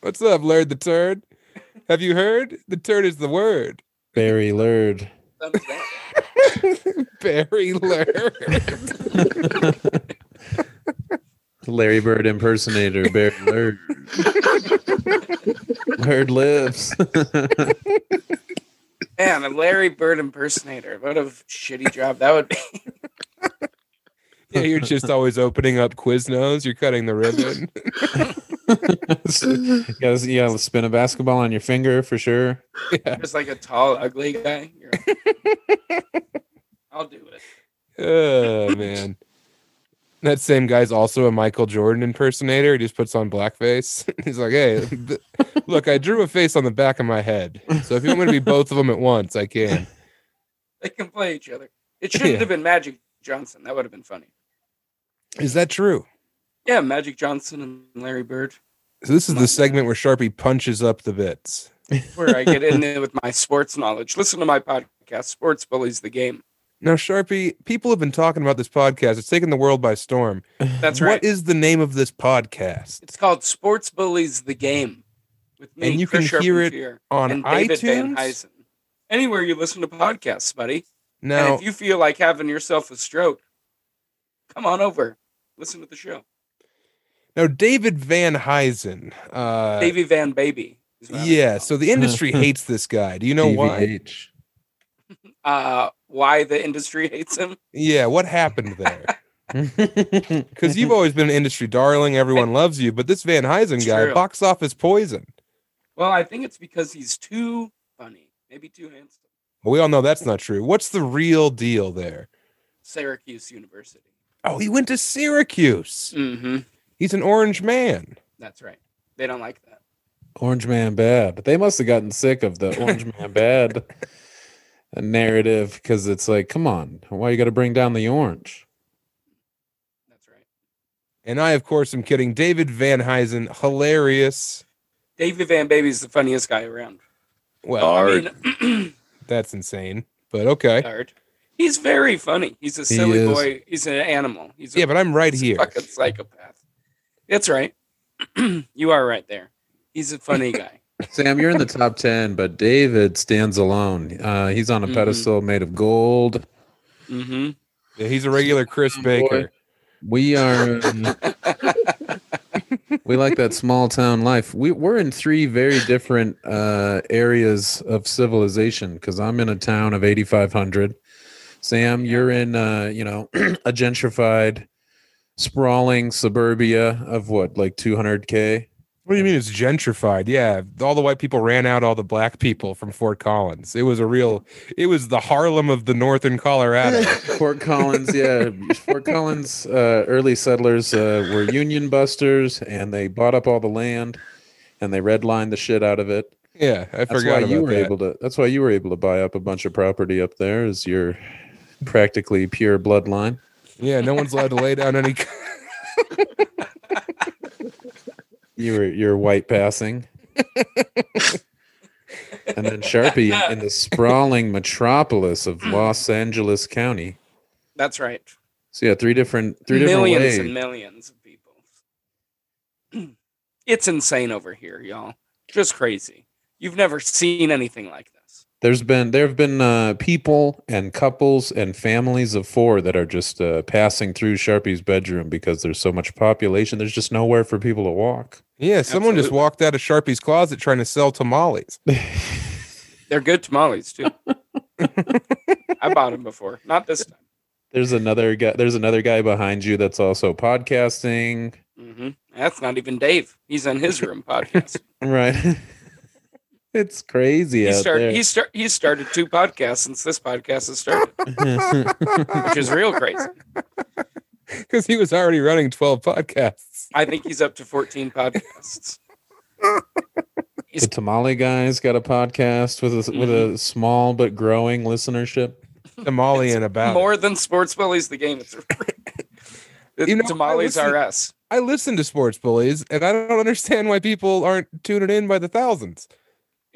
What's up, Lurd the turd? Have you heard? The turd is the word.
Barry Lurd.
Thumbs down.
Barry Lurd.
Larry Bird impersonator, Barry Lurd. Lurd lives.
Man, a Larry Bird impersonator. What a shitty job that would be.
Yeah, you're just always opening up Quiznos. You're cutting the ribbon.
you, gotta, you gotta spin a basketball on your finger for sure.
Just like a tall, ugly guy. You're like, I'll do it.
oh man, that same guy's also a Michael Jordan impersonator. He just puts on blackface. He's like, "Hey, th- look, I drew a face on the back of my head. So if you want me to be both of them at once, I can."
They can play each other. It shouldn't
Yeah.
have been Magic Johnson. That would have been funny.
Is that true?
Yeah, Magic Johnson and Larry Bird.
So this is the segment where Sharpie punches up the bits.
Where I get in there with my sports knowledge. Listen to my podcast, Sports Bullies the Game.
Now, Sharpie, people have been talking about this podcast. It's taken the world by storm.
That's right.
What is the name of this podcast?
it's called Sports Bullies the Game. With me,
And you
Chris
can hear it
Charpentier,
On
and David Van
iTunes?
Huysen. Anywhere you listen to podcasts, buddy. and
Now,
if you feel like having yourself a stroke, come on over. Listen to the show.
now David Van Huysen. Uh,
Davy Van Uh-huh. Baby. is what I would
Yeah,
call
so the industry hates this guy. Do you know why?
DVH.
him. uh, why the industry hates him?
Yeah, what happened there? Because you've always been an industry darling, everyone loves you, but this Van Huysen guy,
True.
box office poison.
Well, I think it's because he's too funny, maybe too handsome.
We all know that's not true. What's the real deal there?
Syracuse University.
Oh, he went to Syracuse.
Mm-hmm.
He's an orange man.
That's right. They don't like that.
Orange Man Bad. They must have gotten sick of the Orange Man Bad a narrative because it's like, come on, why you got to bring down the orange?
That's right.
And I, of course, am kidding. David Van Huysen, hilarious.
David Van Baby's the funniest guy around.
Well,
Hard.
I mean,
that's insane, but okay.
hard. He's very funny. He's a silly
is.
boy. He's an animal. He's a
Yeah, but I'm right
He's a
here.
Fucking psychopath. That's right. you are right there. He's a funny guy.
Sam, you're in the top 10, but David stands alone. Uh, he's on a
Mhm.
pedestal made of gold.
hmm
Yeah, he's a regular Chris
boy.
Baker.
We are, um, we like that small town life. We, we're in three very different uh, areas of civilization because I'm in a town of 8,500. Sam, you're in, uh, you know, a gentrified, sprawling suburbia of what, like 200K?
What do you mean it's gentrified? Yeah, all the white people ran out all the black people from Fort Collins. It was a real, it was the Harlem of the northern Colorado.
Fort Collins, yeah. Fort Collins, uh, early settlers uh, were union busters and they bought up all the land and they redlined the shit out of it.
yeah, I
That's
forgot
why you
about
were
that.
able to that's why you were able to buy up a bunch of property up there is your practically pure bloodline.
Yeah, no one's allowed to lay down any.
You were you're white passing. and then Sharpie in, in the sprawling metropolis of Los Angeles County.
That's right.
So yeah, three different three different
millions
ways.
and millions of people. it's insane over here, y'all. Just crazy. You've never seen anything like this.
There's been there have been uh, people and couples and families of four that are just uh, passing through Sharpie's bedroom because there's so much population. There's just nowhere for people to walk.
Yeah, someone just
Absolutely.
walked out of Sharpie's closet trying to sell tamales.
They're good tamales too. I bought them before. Not this time.
There's another guy. There's another guy behind you that's also podcasting.
hmm That's not even Dave. He's on his room podcast.
Right. it's crazy
he,
out
started,
there.
he, start, he started two podcasts since this podcast has started, which is real crazy.
because he was already running 12 podcasts.
I think he's up to 14 podcasts.
the tamale guy's got a podcast with a with
Mm-hmm.
a small but growing listenership.
Tamale and about.
More than Sports Bullies, the game. It's, it's
You know, I
Tamales
listen-
are us.
I listen to sports bullies and I don't understand why people aren't tuning in by the thousands.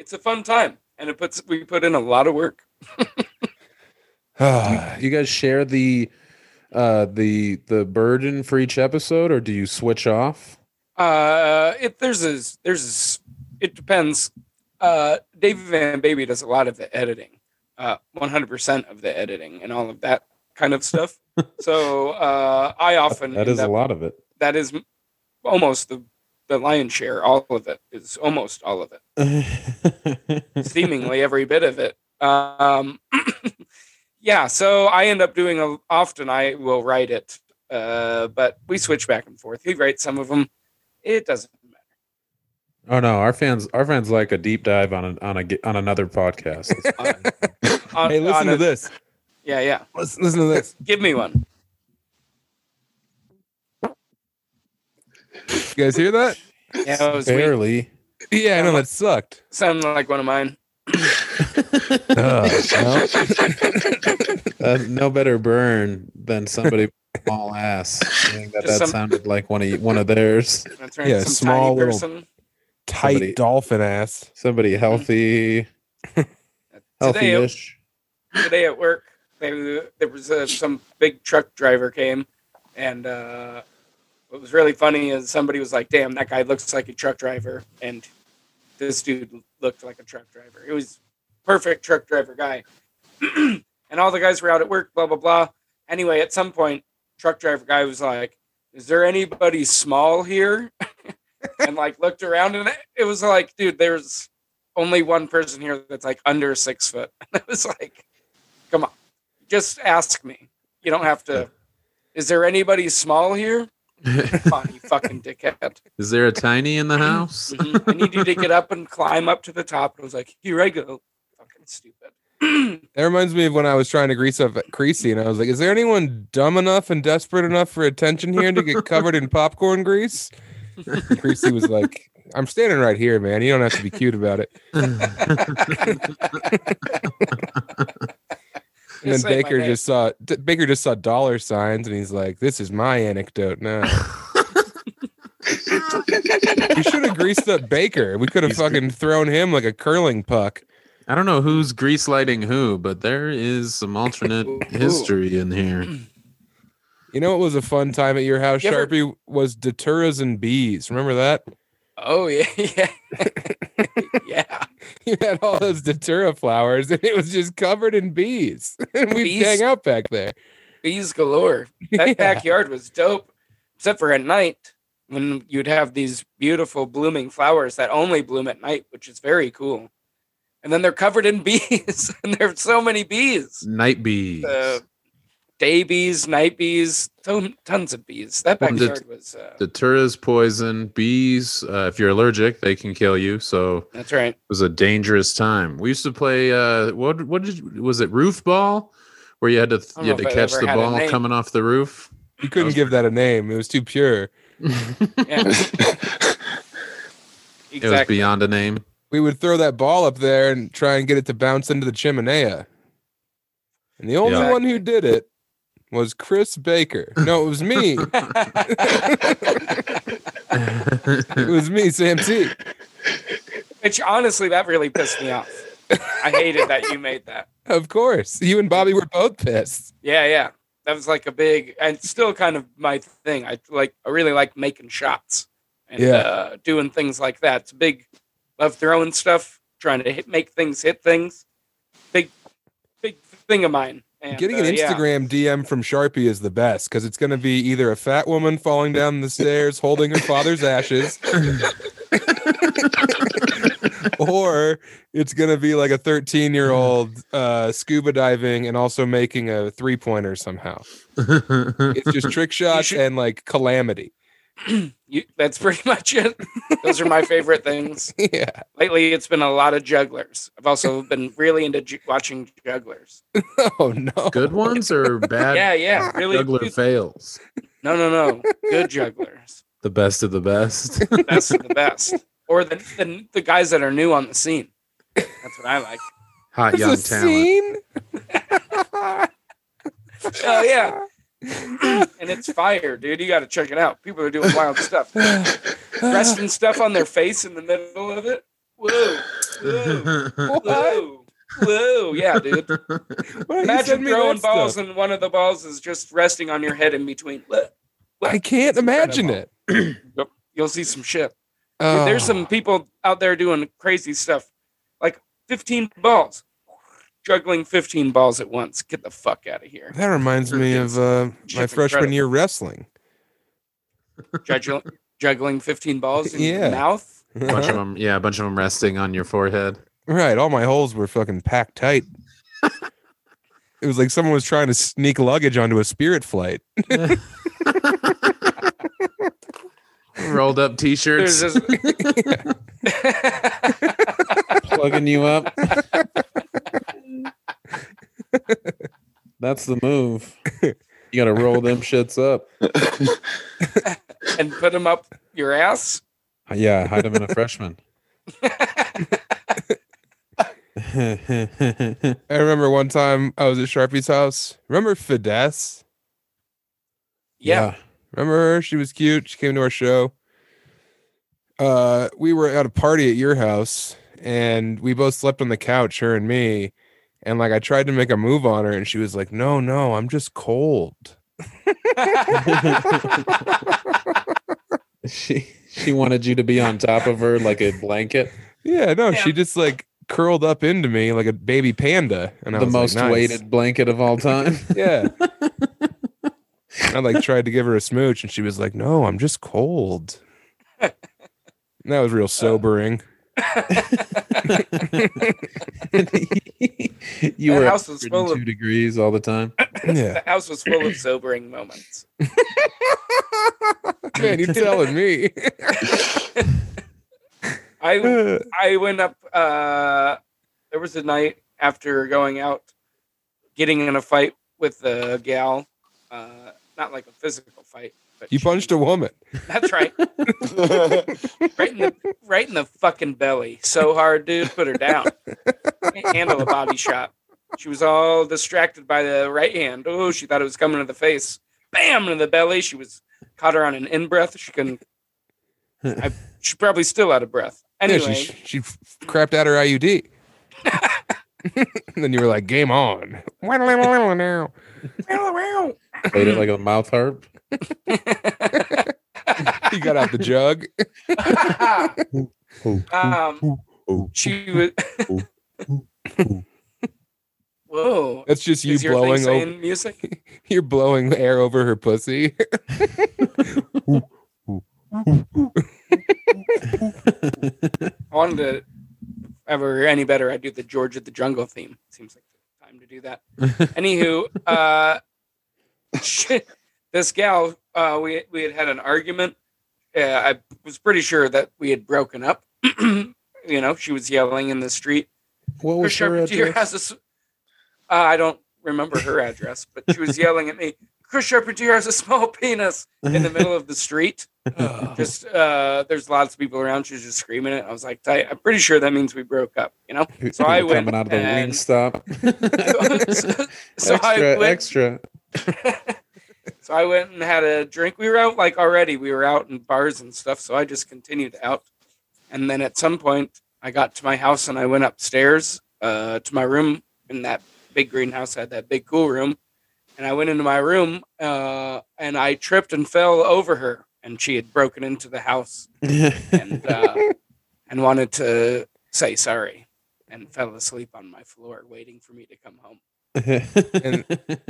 It's a fun time, and it puts we put in a lot of work. Uh,
Ah,
you guys share the uh the the burden for each episode or do you switch off?
Uh, it there's a there's a s it depends. Uh, David Van Baby does a lot of the editing, uh, 100% of the editing and all of that kind of stuff. so uh, I often
that
end
is a
up-
lot of it.
That is m- almost the the lion's share. All of it is almost all of it. seemingly every bit of it. Um, yeah, so I end up doing a, often I will write it, uh, but we switch back and forth. He writes some of them. It doesn't matter.
oh no, our fans our fans like a deep dive on a, on a on another podcast.
On-
hey, listen
on
to
a-
this.
Yeah, yeah.
Listen, listen to this.
Give me one.
You guys hear that?
Yeah, that was weird.
Barely.
Yeah, I know that sucked.
Sounded like one of mine.
Ugh, no.
Uh, no better burn than somebody with a small ass. I think that,
Just
that
some-
sounded like one of one of theirs.
That's right.
Yeah,
Some
small
tiny
little-
person.
Tight
Somebody-
dolphin ass.
Somebody
Mm.
healthy,
Today,
healthy-ish.
today at work, they, there was a, some big truck driver came, and uh, what was really funny is somebody was like, "Damn, that guy looks like a truck driver," and this dude looked like a truck driver. He was perfect truck driver guy, and all the guys were out at work. Blah blah blah. Anyway, at some point, truck driver guy was like, "Is there anybody small here?" and like looked around, and it- it was like, dude, there's only one person here that's like under six foot. And I was like, come on, just ask me. You don't have to. Is there anybody small here? Come on, you fucking dickhead.
Is there a tiny in the house?
Mhm.
Mm-hmm.
I need you to get up and climb up to the top. And I was like, here I go. Fucking stupid.
That reminds me of when I was trying to grease up Creasy and I was like, is there anyone dumb enough and desperate enough for attention here to get covered in popcorn grease? Creasy was like, I'm standing right here, man. You don't have to be cute about it. And then
Just say my
Baker
name.
just saw D- Baker just saw dollar signs, and he's like, "This is my anecdote now." we should have greased up Baker. We could have
He's gre-
fucking thrown him like a curling puck.
I don't know who's grease lighting who, but there is some
Ooh.
alternate history in here.
You know, it was a fun time at your house.
You ever-
Sharpie was Deturas and bees. Remember that?
Oh yeah, yeah, yeah.
You had all those Datura flowers, and it was just covered in bees. and we'd
Bees?
hang out back there.
Bees galore. That
Yeah.
backyard was dope, except for at night when you'd have these beautiful blooming flowers that only bloom at night, which is very cool. And then they're covered in bees, and there are so many bees.
Night bees.
Uh, day bees, night bees, ton, tons of bees. That
Well, the-
backyard was. Uh,
Datura's poison. Bees, uh, if you're allergic, they can kill you. So it
that's right.
was a dangerous time. We used to play. Uh, what? What did? You, was it roof ball, where you had to
I don't
you had to
know if I've
catch
ever
the
had a
ball
name.
coming off the roof?
You couldn't give that a name. It was too pure.
it
Yeah,
was
exactly.
beyond a name.
We would throw that ball up there and try and get it to bounce into the chimenea. And the only
Yeah.
one who did it was Chris Baker. No, it was me. it was me, Sam T.
Which honestly, that really pissed me off. I hated that you made that.
Of course. You and Bobby were both pissed.
Yeah, yeah. That was like a big and still kind of my thing. I like I really like making shots and
Yeah.
uh, doing things like that. It's a big love throwing stuff, trying to hit, make things hit things. Big big thing of mine. And,
Getting
uh,
an
yeah.
Instagram DM from Sharpie is the best because it's going to be either a fat woman falling down the stairs holding her father's ashes, or it's going to be like a 13 year old uh, scuba diving and also making a three pointer somehow. It's just trick shots
should-
and like calamity.
You, that's pretty much it. Those are my favorite things.
Yeah.
Lately, it's been a lot of jugglers. I've also been really into ju- watching jugglers.
Oh, no.
Good ones or bad?
Yeah, yeah, really.
Juggler
good-
fails.
No, no, no. Good jugglers.
The best of the best.
best of the best, or the, the the guys that are new on the scene. That's what I like.
Hot
There's
young
a
talent.
scene.
Oh yeah, and it's fire, dude. You got to check it out. People are doing wild stuff, resting stuff on their face in the middle of it. Whoa, whoa, whoa, whoa! Yeah, dude.
Why don't you send
Imagine
me that
throwing balls,
stuff?
and one of the balls is just resting on your head in between. Look,
I can't
It's incredible.
imagine it.
You'll see some shit. Dude, There's
Oh.
some people out there doing crazy stuff, like 15 balls, juggling 15 balls at once. Get the fuck out of here.
That reminds me
Yes.
of uh, my
Shit's
freshman
incredible.
year wrestling.
Juggling, juggling 15 balls in
Yeah.
your mouth.
bunch of
Uh-huh.
them, yeah, a bunch of them resting on your forehead.
Right, all my holes were fucking packed tight. it was like someone was trying to sneak luggage onto a spirit flight.
Rolled up
There's
T-shirts.
this,
Plugging you up. That's the move. You gotta roll them shits up.
and put them up your ass.
Yeah, hide them in a freshman.
I remember one time I was at Sharpie's house. Remember Fidesz?
Yeah.
Remember her? She was cute. She came to our show. Uh, we were at a party at your house, and we both slept on the couch, her and me. And like, I tried to make a move on her, and she was like, "No, no, I'm just cold."
she she wanted you to be on top of her like a blanket.
Yeah, no,
Yeah.
she just like curled up into me like a baby panda, and I
the
was like,
most
"Nice."
weighted blanket of all time.
Yeah. I like tried to give her a smooch, and she was like, "No, I'm just cold." And that was
Uh.
real sobering.
you
That
were
house was full of-
102 degrees all the time.
yeah,
the house was full of sobering moments.
man, you're telling me.
I I went up. Uh, there was a night after going out, getting in a fight with a gal. Uh, not like a physical fight. But
You
she-
punched a woman.
That's right, right in the right in the fucking belly, so hard, dude. Put her down. Can't handle a body shot. She was all distracted by the right hand. Oh, she thought it was coming to the face. Bam in the belly. She was caught her on an in breath. She couldn't. I, she's probably still out of breath.
Yeah,
Anyway,
she, she f- crapped out her IUD. and then you were like, game on. now.
Played it like a mouth harp.
You got out the jug.
um, she was. Whoa!
That's just you
Is your thing
blowing over,
saying music?
you're blowing air over her pussy.
I wanted to ever any better. I'd do the George of the Jungle theme. Seems like the time to do that. Anywho, uh, shit, this gal, uh, we we had had an argument. Uh, I was pretty sure that we had broken up. you know, she was yelling in the street.
What was her
Chris Charpentier
address?
has a s- Uh, I don't remember her address, but she was yelling at me. Chris Charpentier has a small penis in the middle of the street. just uh, there's lots of people around. She was just screaming it. I was like, "Tight, I'm pretty sure that means we broke up. You know. So I
People
went
coming out of the
and-
wing stop.
so, I
extra,
went,
extra.
so I went and had a drink. We were out like already. We were out in bars and stuff. So I just continued out. And then at some point, I got to my house and I went upstairs uh, to my room in that big greenhouse. I had that big cool room. And I went into my room uh, and I tripped and fell over her. And she had broken into the house and, uh, and wanted to say sorry and fell asleep on my floor waiting for me to come home.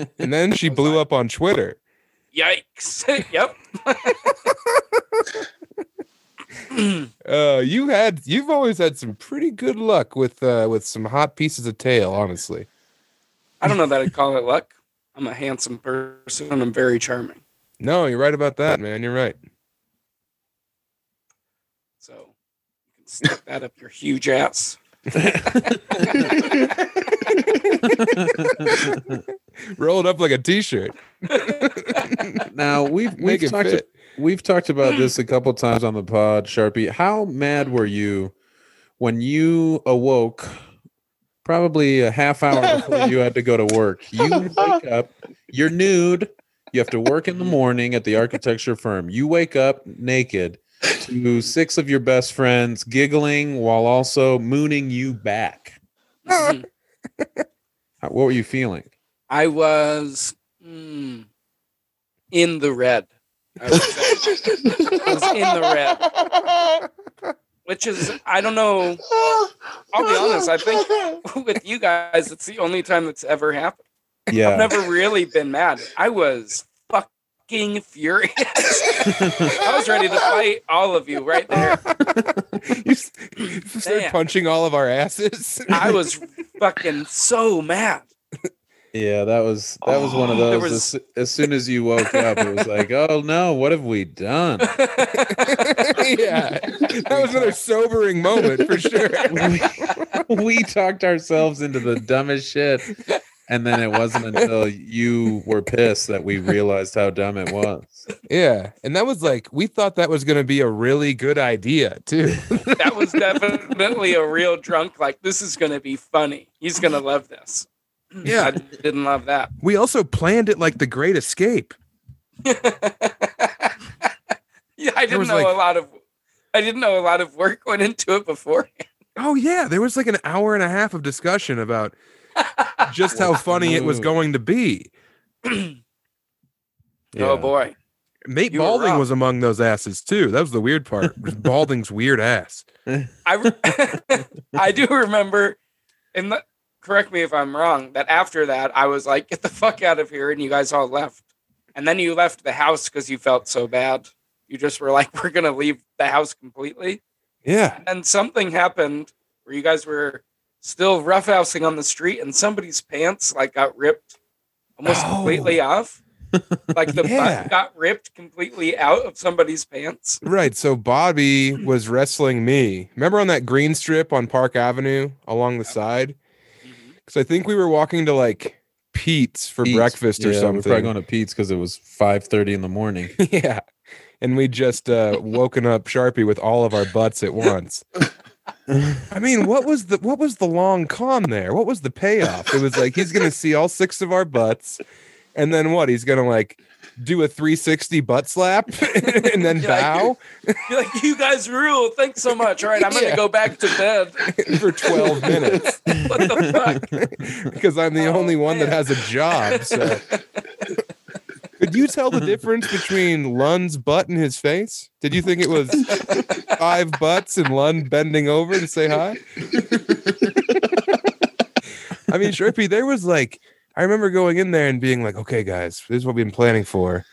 And then she blew up on Twitter.
Yikes. yep.
Uh, you had you've always had some pretty good luck with uh with some hot pieces of tail, honestly.
I don't know that I'd call it luck. I'm a handsome person and I'm very charming.
No, you're right about that, man. You're right.
So you can stick that up your huge ass.
Rolled up like a t-shirt.
now we've
Make
we've
it
talked,
fit.
we've talked about this a couple times on the pod, Sharpie. How mad were you when you awoke? Probably a half hour before you had to go to work. You wake up, you're nude. You have to work in the morning at the architecture firm. You wake up naked to six of your best friends giggling while also mooning you back.
Mhm.
How- What were you feeling?
I was mm, in the red. I would say. I was in the red. Which is, I don't know. I'll be honest. I think with you guys, it's the only time that's ever happened.
Yeah.
I've never really been mad. I was fucking furious. I was ready to fight all of you right there.
you s- you started
Damn.
punching all of our asses.
I was fucking so mad.
Yeah, that was that was one of
Oh, there
those.
was-
As, as soon as you woke up, it was like, oh no, what have we done?
yeah, that was another sobering moment for sure.
we, we talked ourselves into the dumbest shit, and then it wasn't until you were pissed that we realized how dumb it was.
Oh, Yeah, and that was like we thought that was going to be a really good idea too.
that was definitely a real drunk. Like, this is going to be funny. He's going to love this.
Yeah.
I didn't love that.
We also planned it like the Great Escape.
yeah, I didn't
was
know
like-
a lot of. I didn't know a lot of work went into it before.
Oh yeah, there was like an hour and a half of discussion about just how funny it was
Ooh.
going to be.
Yeah.
Oh boy,
Nate
You were
Balding
wrong.
was among those asses too. That was the weird part. was Balding's weird ass.
I re- I do remember. And the, correct me if I'm wrong. That after that, I was like, "Get the fuck out of here!" And you guys all left. And then you left the house because you felt so bad. You just were like, "We're gonna leave the house completely."
Yeah.
and something happened where you guys were still roughhousing on the street and somebody's pants like got ripped almost
Oh.
completely off like the
Yeah.
butt got ripped completely out of somebody's pants
Right. So Bobby was wrestling me. Remember on that green strip on Park Avenue along the side? Because I think we were walking to like Pete's for
Pete's.
breakfast or
Yeah, We're
something.
probably going to Pete's because it was five thirty in the morning.
yeah. And we just uh woken up Sharpie with all of our butts at once. I mean, what was the what was the long con there? What was the payoff? It was like he's gonna see all six of our butts, and then what? He's gonna like do a 360 butt slap and then
Yeah,
bow
You're like, you guys rule. Thanks so much. All right, I'm
Yeah.
gonna go back to bed.
for 12 minutes
What the fuck?
because I'm the
Oh,
only one that
man.
has a job. So could you tell the difference between Lund's butt and his face? Did you think it was five butts and Lund bending over to say hi? I mean, Sharpie, there was like, I remember going in there and being like, okay, guys, this is what we've been planning for.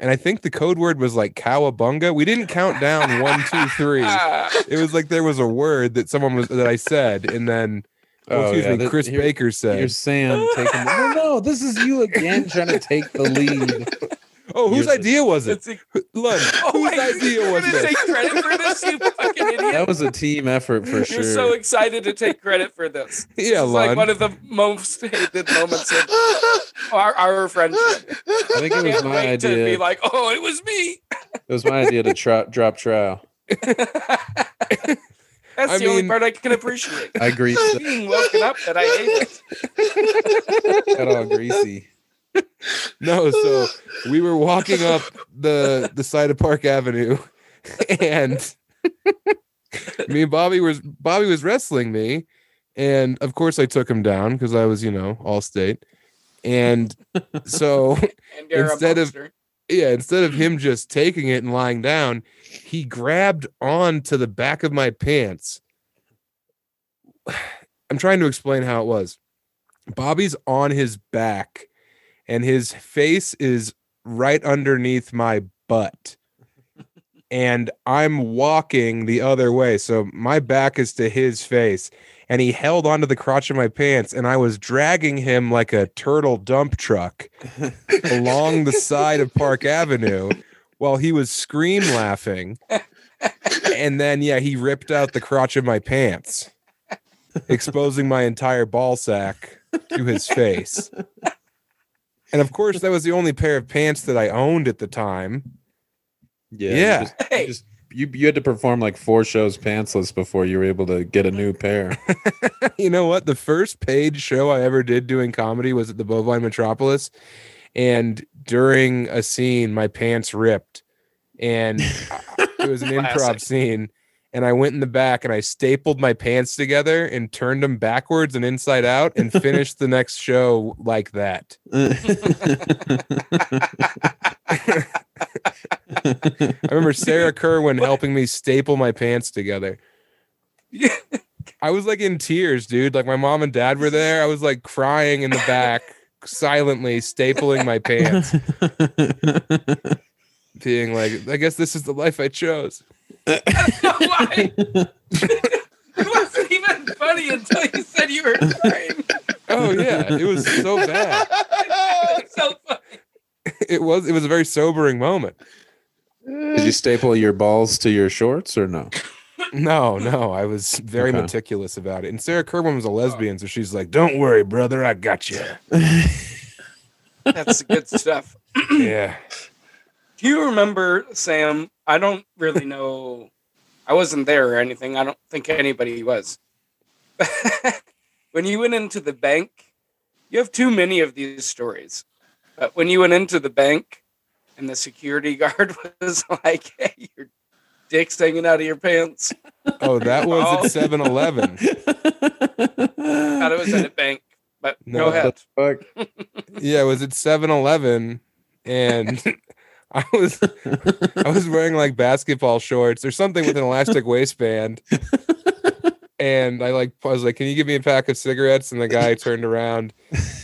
And I think the code word was like cowabunga. We didn't count down one, two, three.
Ah,
It was like there was a word that someone was that I said, and then well,
Oh,
excuse
yeah,
me,
that-
Chris
here-
Baker
You're
said,
Sam taking. No, no, this is you again trying to take the lead.
"Oh, whose
here's
idea was it?
it's a-
Lund,
oh,
whose
wait,
idea
you're
was
gonna
it?"
take credit for this, you fucking idiot.
That was a team effort for sure.
You're so excited to take credit for this. This
Yeah,
is like
Lon.
one of the most hated moments of our, our friendship.
I think it was
Can't
my
wait to be
idea.
like, oh, it was me.
it was my idea to tra- drop trial.
That's
I
the only
mean-
part I can appreciate.
I greased it.
Being woken up that I hate it.
Got all greasy.
No, so we were walking up the the side of Park Avenue, and me and Bobby was Bobby was wrestling me, and of course I took him down because I was you know all state, and so.
And you're
Instead
a
of-
monster.
yeah, instead of him just taking it and lying down, he grabbed onto the back of my pants. I'm trying to explain how it was. Bobby's on his back and his face is right underneath my butt. And I'm walking the other way. So my back is to his face. And he held onto the crotch of my pants, and I was dragging him like a turtle dump truck along the side of Park Avenue while he was scream laughing. And then, yeah, he ripped out the crotch of my pants, exposing my entire ball sack to his face. And of course, that was the only pair of pants that I owned at the time.
Yeah.
Yeah.
You, just,
Hey.
you, just- you- you had to perform like four shows pantsless before you were able to get a new pair.
you know what? The first paid show I ever did doing comedy was at the Bovine Metropolis. And during a scene, my pants ripped. And it was an improv
Classic.
scene. And I went in the back and I stapled my pants together and turned them backwards and inside out and finished the next show like that. I remember Sarah Kerwin helping me staple my pants together.
Yeah.
I was like in tears, dude. Like my mom and dad were there. I was like crying in the back, silently stapling my pants, being like, I guess this is the life I chose.
Why? it wasn't even funny until you said you were crying.
Oh yeah, it was so bad.
It's so funny.
It was it was a very sobering moment.
Did you staple your balls to your shorts or no?
No, no, I was very
Okay.
meticulous about it. And Sarah Kerwin was a lesbian, so she's like, "Don't worry, brother, I got you."
That's good stuff.
yeah,
Do you remember, Sam? I don't really know. I wasn't there or anything. I don't think anybody was. when you went into the bank, you have too many of these stories. But when you went into the bank and the security guard was like, hey, your dick's hanging out of your pants.
Oh, that was
Oh.
at 7 Eleven.
I thought it was at a bank. But
No,
go ahead.
Fuck.
Yeah, it was at 7 Eleven. And I was I was wearing like basketball shorts or something with an elastic waistband. And I like I was like, Can you give me a pack of cigarettes? And the guy turned around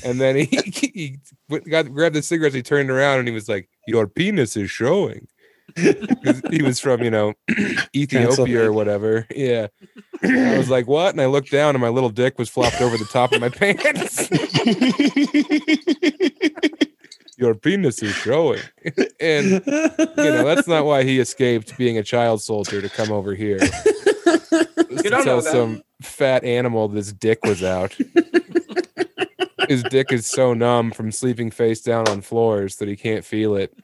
and then he, he went- got grabbed the cigarettes, he turned around and he was like, Your penis is showing. 'Cause he was from, you know, Ethiopia
Pennsylvania.
or whatever. Yeah. And I was like, What? And I looked down and my little dick was flopped over the top of my pants. your penis is showing. and you know, that's not why he escaped being a child soldier to come over here.
You don't know
tell
that.
some fat animal this dick was out. his dick is so numb from sleeping face down on floors that he can't feel it.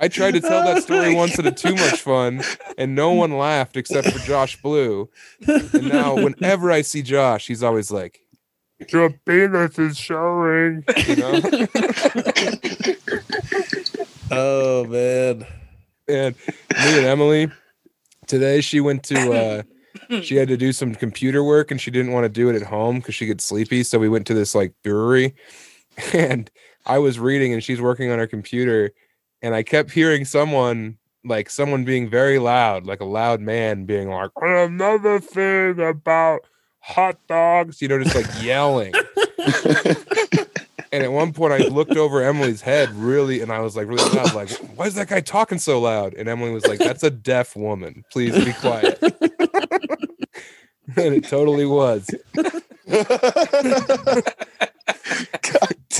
I tried to tell that story once and it's too much fun, and no one laughed except for Josh Blue. And now, whenever I see Josh, he's always like, "Your penis is showing." You know?
Oh man.
and me and Emily today she went to uh she had to do some computer work and she didn't want to do it at home because she gets sleepy so we went to this like brewery and I was reading and she's working on her computer and I kept hearing someone like someone being very loud like a loud man being like another thing about hot dogs you know just like yelling and at one point, I looked over Emily's head really, and I was like, really loud, like, why is that guy talking so loud? And Emily was like, that's a deaf woman. Please be quiet. and it totally was. It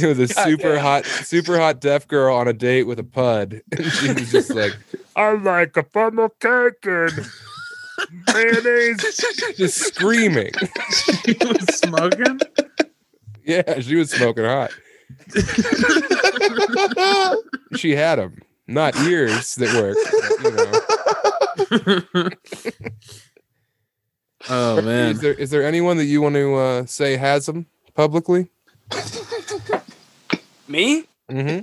was a super
damn.
hot, super hot deaf girl on a date with a pud. And she was just like, I like a funnel cake and mayonnaise. just screaming.
He was smoking.
Yeah, she was smoking hot. she had them, not years that work. but, You know.
oh
Is there is there anyone that you want to uh, say has them publicly?
Me?
hmm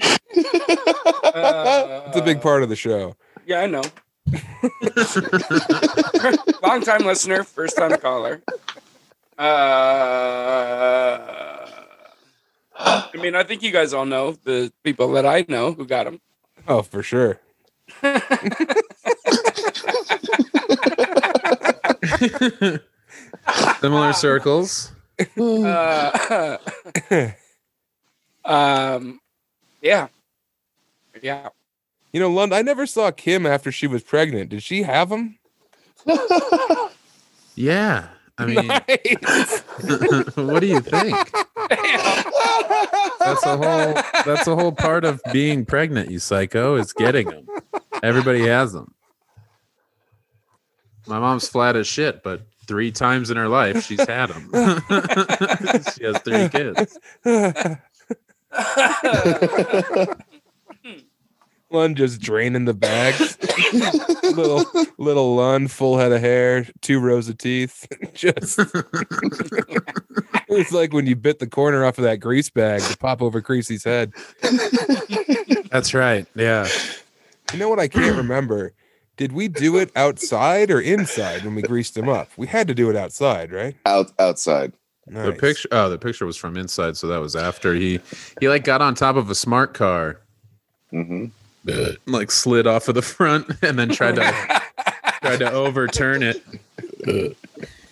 Uh,
It's a big part of the show.
Yeah, I know. Long time listener, first time caller. Uh, I mean, I think you guys all know the people that I know who got them.
Oh, for sure.
Similar circles.
Uh,
Mm.
um, yeah, yeah.
You know, Lund. I never saw Kim after she was pregnant. Did she have them?
Yeah. I mean, what do you think? That's a whole. That's a whole part of being pregnant. You psycho is getting them. Everybody has them. My mom's flat as shit, but three times in her life she's had them. she has three kids.
Lund just draining the bags. little little Lund, full head of hair, two rows of teeth. just it's like when you bit the corner off of that grease bag to pop over Creasy's head.
That's right. Yeah.
You know what I can't remember? Did we do it outside or inside when we greased him up? We had to do it outside, right?
Out outside.
The
Nice.
picture. Oh, the picture was from inside, so that was after he he like got on top of a smart car,
hmm
and, like slid off of the front, and then tried to tried to overturn it.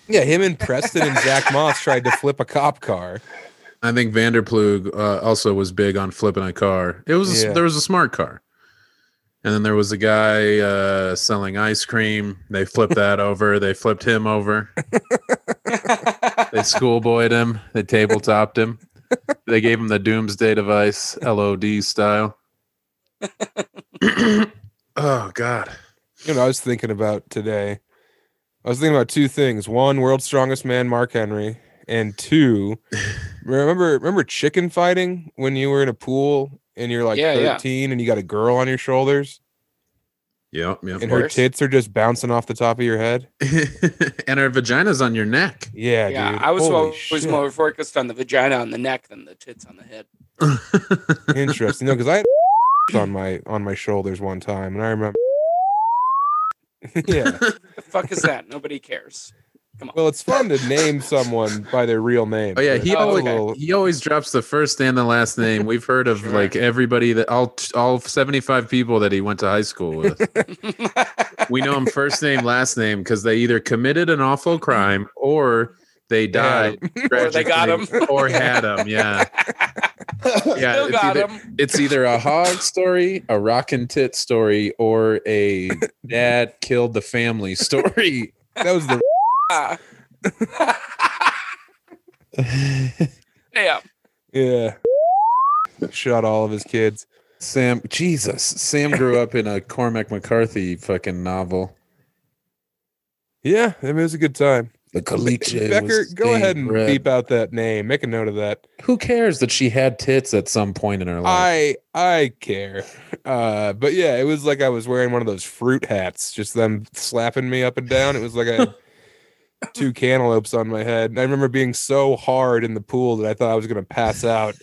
Yeah, him and Preston and Zach Moss tried to flip a cop car.
I think Vanderplug uh, also was big on flipping a car. It was
Yeah.
there was a smart car, and then there was a guy uh, selling ice cream. They flipped that over. They flipped him over. they schoolboyed him. They tabletopped him. They gave him the doomsday device, LOD style. oh God!
You know, what I was thinking about today. I was thinking about two things. One, world's strongest man, Mark Henry, and two, remember remember chicken fighting when you were in a pool and you're like
Yeah, yeah.
13 and you got a girl on your shoulders
Yep, yep.
and
And
her
course.
tits are just bouncing off the top of your head.
her, vagina's on your neck.
Yeah,
yeah,
dude.
I was
Holy
always
shit.
more focused on the vagina on the neck than the tits on the head.
Interesting. No, because I had on my on my shoulders one time, and I remember. yeah.
The fuck is that? Nobody cares.
Well, it's fun to name someone by their real name.
Oh yeah, he
but-
Oh,
always
okay.
he always drops the first and the last name. We've heard of
Sure.
like everybody that all all seventy five people that he went to high school with. we know him first name last name because they either committed an awful crime or they
Yeah.
died
Or they got
tragically, or had him. Yeah, yeah.
Still
it's
got
either-
him.
It's either a hog story, a rock and tit story, or a dad killed the family story.
that was the
Ah. yeah.
yeah. Shot all of his kids.
Sam, Jesus, Sam grew up in a Cormac McCarthy fucking novel.
Yeah, I mean, it was a good time.
The caliche.
Becker,
was
go ahead and
stained red.
beep out that name. Make a note of that.
Who cares that she had tits at some point in her life?
I I care. Uh but yeah, it was like I was wearing one of those fruit hats, just them slapping me up and down. It was like I had two cantaloupes on my head. And I remember being so hard in the pool that I thought I was gonna pass out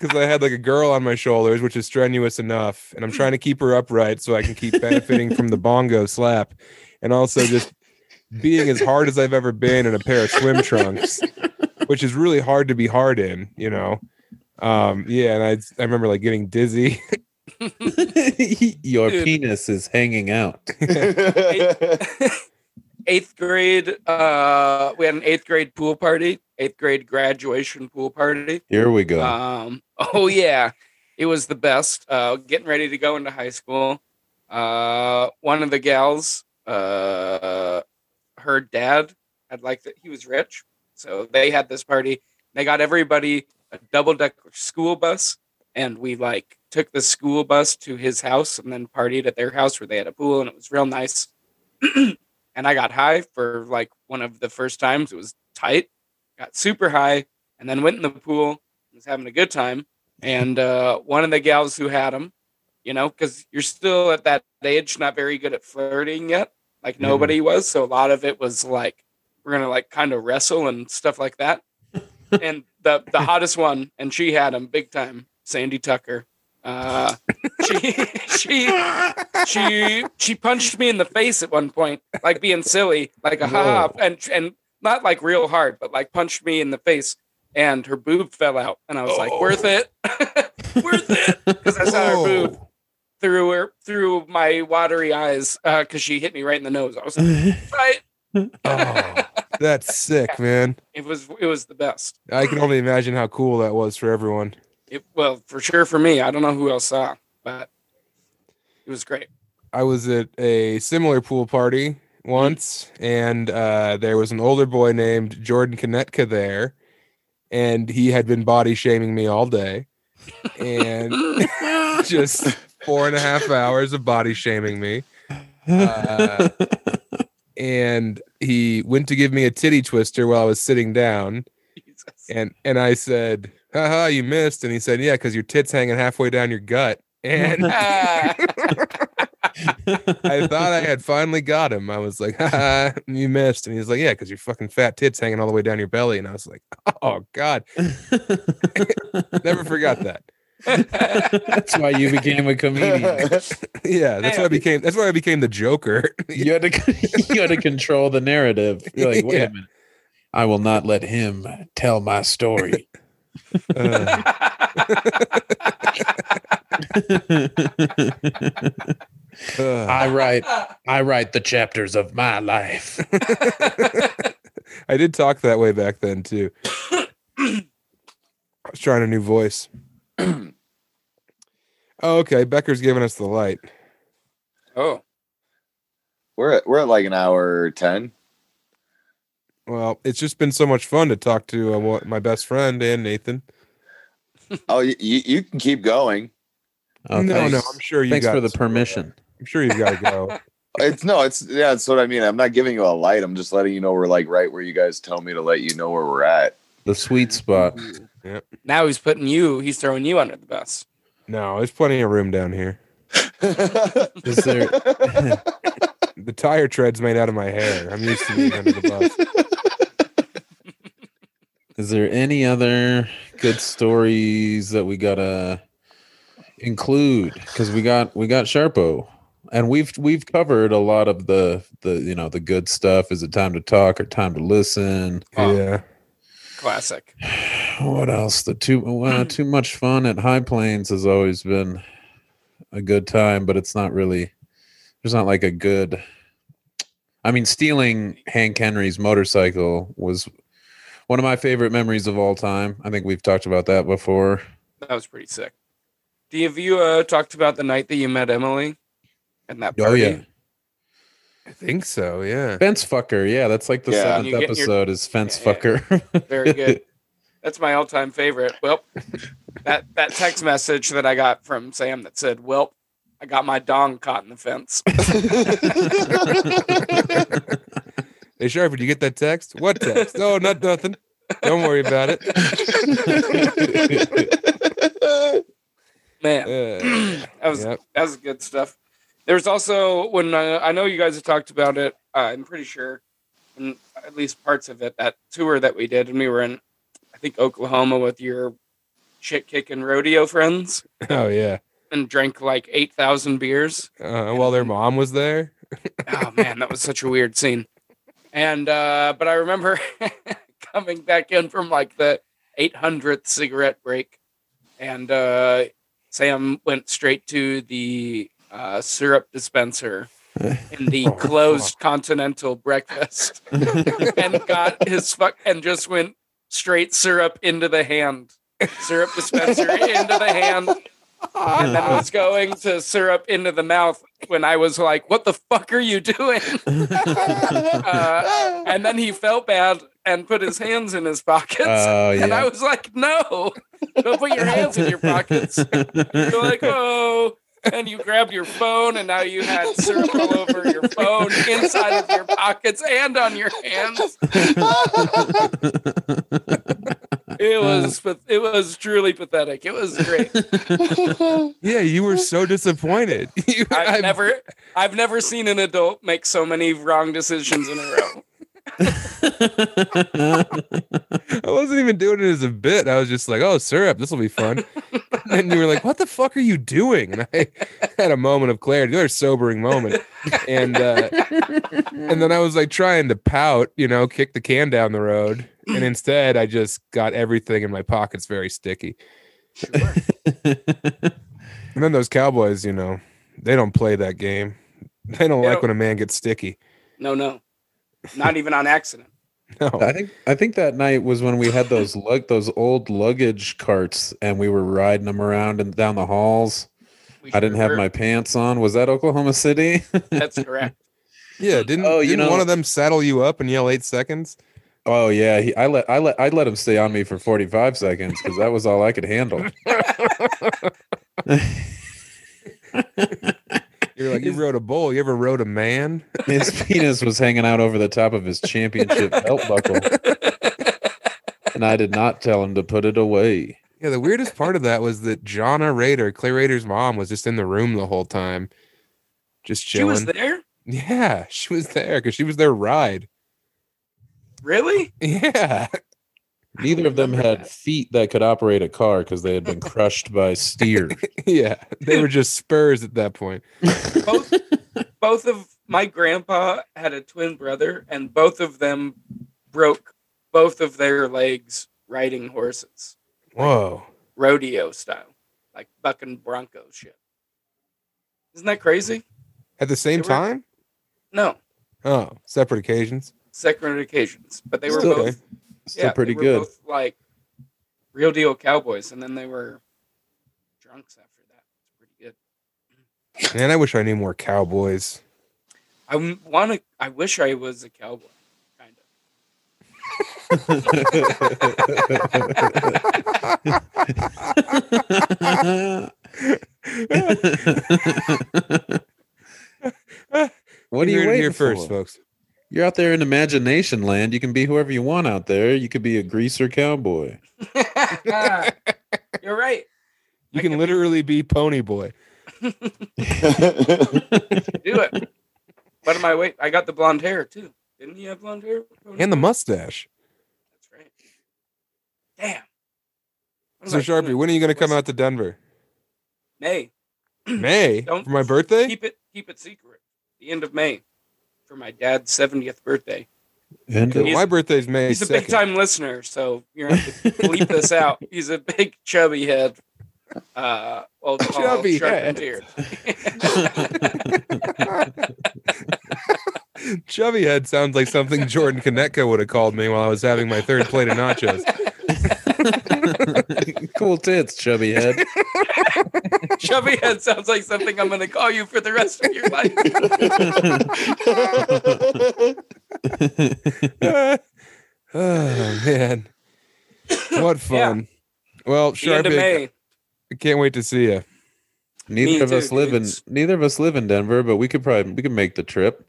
because I had like a girl on my shoulders, which is strenuous enough, and I'm trying to keep her upright so I can keep benefiting from the bongo slap, and also just being as hard as I've ever been in a pair of swim trunks, which is really hard to be hard in, you know. Um, yeah, and I I remember like getting dizzy.
Your
Dude.
penis is hanging out.
eighth grade, uh, we had an eighth grade pool party, eighth grade graduation pool party.
Here we go.
Um, oh yeah, it was the best. Uh, getting ready to go into high school. Uh, one of the gals, uh, her dad had like that. He was rich, so they had this party. They got everybody a double decker school bus, and we like took the school bus to his house and then partied at their house where they had a pool and it was real nice. and I got high for like one of the first times. It was tight. Got super high and then went in the pool was having a good time. And uh, one of the gals who had him, you know, because you're still at that age, not very good at flirting yet. Like nobody was. So a lot of it was like, we're going to like kind of wrestle and stuff like that. and the, the hottest one, and she had him big time, Sandy Tucker. Uh, she, she, she, she punched me in the face at one point, like being silly, like a ha, ha, and, and not like real hard, but like punched me in the face and her boob fell out. And I was like, worth it. worth it.
Uh,
Because I saw her boob through her through my watery eyes, because she hit me right in the nose. I was like, right.
Oh, that's sick, man.
It was it was the best.
I can only imagine how cool that was for everyone.
It well, for sure for me. I don't know who else saw, but it was great.
I was at a similar pool party once, and uh, there was an older boy named Jordan Konetka there, and he had been body shaming me all day, and just four and a half hours of body shaming me. Uh, and he went to give me a titty twister while I was sitting down,
Jesus.
and and I said, "Haha, you missed," and he said, "Yeah, because your tits hanging halfway down your gut." And
Ah,
I thought I had finally got him. I was like, "Ha, you missed. And he's like, yeah, because your fucking fat tits hanging all the way down your belly. And I was like, oh, God. Never forgot that.
That's why you became a comedian.
Yeah, that's why I became that's why I became the Joker.
You had to you had to control the narrative. You're like, wait
Yeah.
a minute. I will not let him tell my story.
Uh, uh,
I write I write the chapters of my life.
I did talk that way back then too. I was trying a new voice. oh, okay. Becker's giving us the light.
oh,
we're at, we're at like an hour ten.
Well, it's just been so much fun to talk to uh, one- my best friend and Nathan.
Oh, you, you you can keep going.
Oh,
no,
thanks.
no, I'm sure you
Thanks
got
for the
this.
permission.
I'm sure you've got to go.
It's no, it's yeah, that's what I mean. I'm not giving you a light. I'm just letting you know we're like right where you guys tell me to let you know where we're at.
The sweet spot.
now he's putting you. He's throwing you under the bus.
no, there's plenty of room down here.
Is there
The tire tread's made out of my hair. I'm used to being under the bus.
Is there any other good stories that we gotta include? Because we got we got Sharpo, and we've we've covered a lot of the the you know the good stuff. Is it time to talk or time to listen?
Wow.
Yeah.
Oh, Classic.
What else? The too uh, too much fun at High Plains has always been a good time, but it's not really. There's not like a good. I mean, stealing Hank Henry's motorcycle was one of my favorite memories of all time. I think we've talked about that before.
That was pretty sick. Do you, have you uh, talked about the night that you met Emily and that
Oh
party?
yeah,
I think so. Yeah.
fence fucker. Yeah, that's like the
Yeah.
seventh
You get your-
episode is fence
Yeah.
fucker.
Very good. That's my all-time favorite. Well, that that text message that I got from Sam that said, "Well, I got my dong caught in the fence.
Hey, Sharp, did you get that text? What text? oh, not nothing. Don't worry about it.
Man,
Uh,
that was
yep.
that was good stuff. There's also when uh, I know you guys have talked about it. Uh, I'm pretty sure, and at least parts of it. That tour that we did, and we were in, I think Oklahoma with your shit kicking rodeo friends,
Oh yeah.
and drank like eight thousand beers.
Uh, while their mom was there.
oh man, that was such a weird scene. And uh, but I remember coming back in from like the 800th cigarette break, and uh, Sam went straight to the uh, syrup dispenser in the closed continental breakfast and got his fuck and just went straight syrup into the hand, syrup dispenser into the hand. And then was going to syrup into the mouth when I was like, "What the fuck are you doing?" Uh, and then he felt bad and put his hands in his pockets.
Oh
And I
yeah.
was like, no, don't put your hands in your pockets. You're like, oh. And you grabbed your phone, and now you had syrup all over your phone, inside of your pockets, and on your hands. It was, pa- it was truly pathetic. It was great.
Yeah, you were so disappointed. You,
I've
I'm-
never, I've never seen an adult make so many wrong decisions in a row.
I wasn't even doing it as a bit. I was just like, "Oh, syrup, this will be fun." and you were like, "What the fuck are you doing?" And I had a moment of clarity, another sobering moment, and uh, and then I was like trying to pout, you know, kick the can down the road, and instead I just got everything in my pockets very sticky.
Sure.
And then those cowboys, you know, they don't play that game. They don't
They
like
don't-
when a man gets sticky.
No, no, not even on accident.
No,
I think I think that night was when we had those lug those old luggage carts and we were riding them around and down the halls.
We
I didn't have
sure-
my pants on. Was that Oklahoma City?
That's correct.
yeah, didn't,
Oh, you
didn't
know-
one of them saddle you up and yell eight seconds?
oh yeah, he, I let I let I let him stay on me for 45 seconds because that was all I could handle.
You're like, you rode a bull. You ever rode a man?
His penis was hanging out over the top of his championship belt buckle. And I did not tell him to put it away.
Yeah, the weirdest part of that was that Jonna Rader, Clay Rader's mom, was just in the room the whole time, just
She
chilling.
was there.
yeah, she was there because she was their ride.
Really?
Yeah,
Neither of them had feet that could operate a car because they had been crushed by steers.
yeah, they were just spurs at that point.
Both, both of my grandpa had a twin brother, and both of them broke both of their legs riding horses,
Whoa,
rodeo style, like bucking bronco shit. Isn't that crazy?
at the same
They were-
time?
No,
Oh, separate occasions.
separate occasions, but they were
Still-
both
okay.
Still
yeah,
pretty
they were
good.
Both, like real deal cowboys, and then they were drunks after that. It's pretty good.
Man, I wish I knew more cowboys.
I want to. I wish I was a cowboy, kind of.
what
heard
are you
it
waiting
here
for?
first, folks?
You're out there in imagination land. You can be whoever you want out there. You could be a greaser cowboy.
You're right.
You can literally be Pony Boy.
Do it. What am I wait? I got the blonde hair too. Didn't he have blonde hair?
and the mustache.
That's right. Damn. What
So
am I doing?
Sharpie, when are you going to come
Listen.
out to Denver?
May.
May
Don't-
for my birthday.
Keep it. Keep it secret. The end of May, for my dad's seventieth birthday.
And
Well,
uh,
He's-
my birthday's May.
He's a
2nd.
big time listener, so you're gonna have to bleep this out. He's a big chubby head. Uh, well,
Chubby
chubby
head.
head. Beard.
Chubby head sounds like something Jordan Konecka would have called me while I was having my third plate of nachos.
cool tits, chubby head.
Chubby head sounds like something I'm going to call you for the rest of your life.
oh man, what fun! Well,
The end of
Sharpie,
May.
I can't wait to see you.
Neither
Me
of
too,
us live in
dudes.
neither of us live in Denver, but we could probably we could make the trip.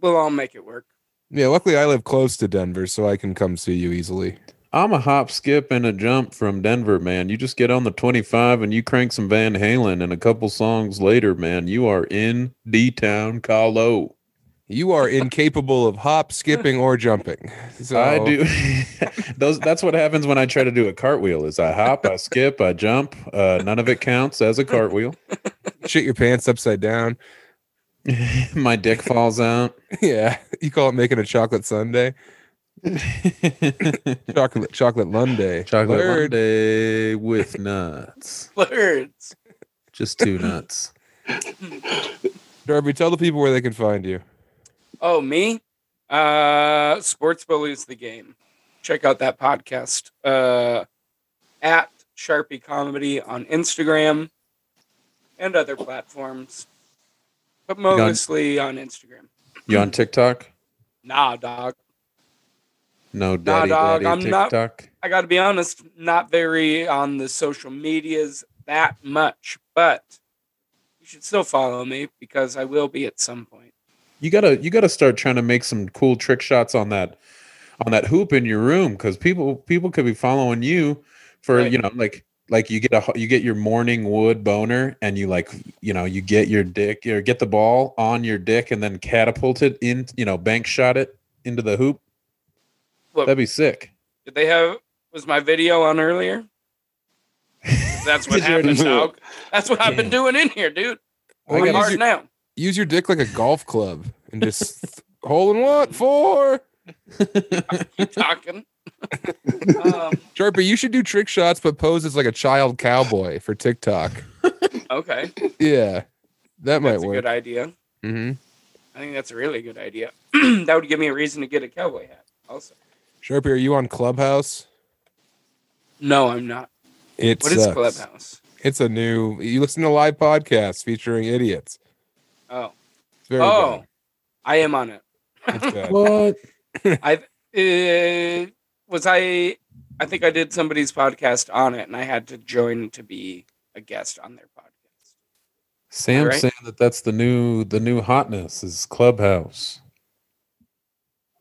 We'll all make it work.
Yeah, luckily I live close to Denver, so I can come see you easily.
I'm a hop, skip, and a jump from Denver, man. You just get on the 25 and you crank some Van Halen, and a couple songs later, man, you are in D Town, Colo.
You are incapable of hop, skipping, or jumping. So
I do. Those. That's what happens when I try to do a cartwheel. Is I hop, I skip, I jump. Uh, none of it counts as a cartwheel.
shit your pants upside down.
My dick falls out.
Yeah, you call it making a chocolate sundae, chocolate chocolate lunday,
Chocolate
Word.
Monday with nuts.
Words.
Just two nuts.
Darby, tell the people where they can find you.
Oh, me? Uh Sports Bullies the Game. Check out that podcast. Uh at Sharpie Comedy on Instagram and other platforms. But
got-
mostly on Instagram.
You on TikTok?
Nah, dog.
No, daddy,
dog,
daddy,
I'm not-
TikTok.
I got to be honest, not very on the social medias that much, but you should still follow me because I will be at some point.
You gotta you gotta start trying to make some cool trick shots on that on that hoop in your room because people people could be following you for
Right.
you know like like you get a ho- you get your morning wood boner and you like you know you get your dick or get the ball on your dick and then catapult it in you know bank shot it into the hoop.
Look.
That'd be sick.
Did they have was my video on earlier? That's what
Did you already
happened,
do it?
dog. That's what I've been doing in here, dude.
Or
I'm
use,
hard
your,
now.
use your dick like a golf club and just hole in one four.
Keep talking. um,
Sharpie, you should do trick shots but pose as like a child cowboy for TikTok.
okay,
Yeah, that might
that's a
work.
good idea.
hmm
I think that's a really good idea. that would give me a reason to get a cowboy hat. Also,
Sharpie, are you on Clubhouse?
no, I'm not.
It
What is
sucks.
Clubhouse?
It's a new. You listen to live podcasts featuring idiots.
Oh,
It's very
oh, I am on it.
bad. It's uh, bad.
What?
I've uh, was I I think I did somebody's podcast on it and I had to join to be a guest on their podcast.
Sam's
Alright.
saying that that's the new the new hotness is clubhouse.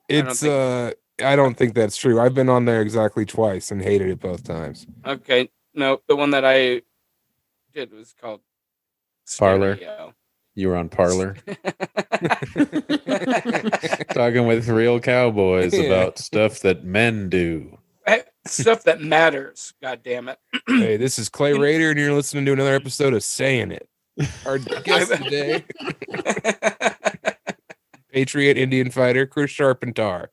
I don't
It's
think-
uh I don't think that's true. I've been on there exactly twice and hated it both times.
Okay, no, the one that I did was called
Parlor.
Stereo.
You were on parlor. talking with real cowboys
Yeah.
about stuff that men do.
Hey, Stuff that matters. God damn it!
hey, this is Clay Raider and you're listening to another episode of Saying It. Our guest today, Patriot Indian fighter Chris Sharpentar.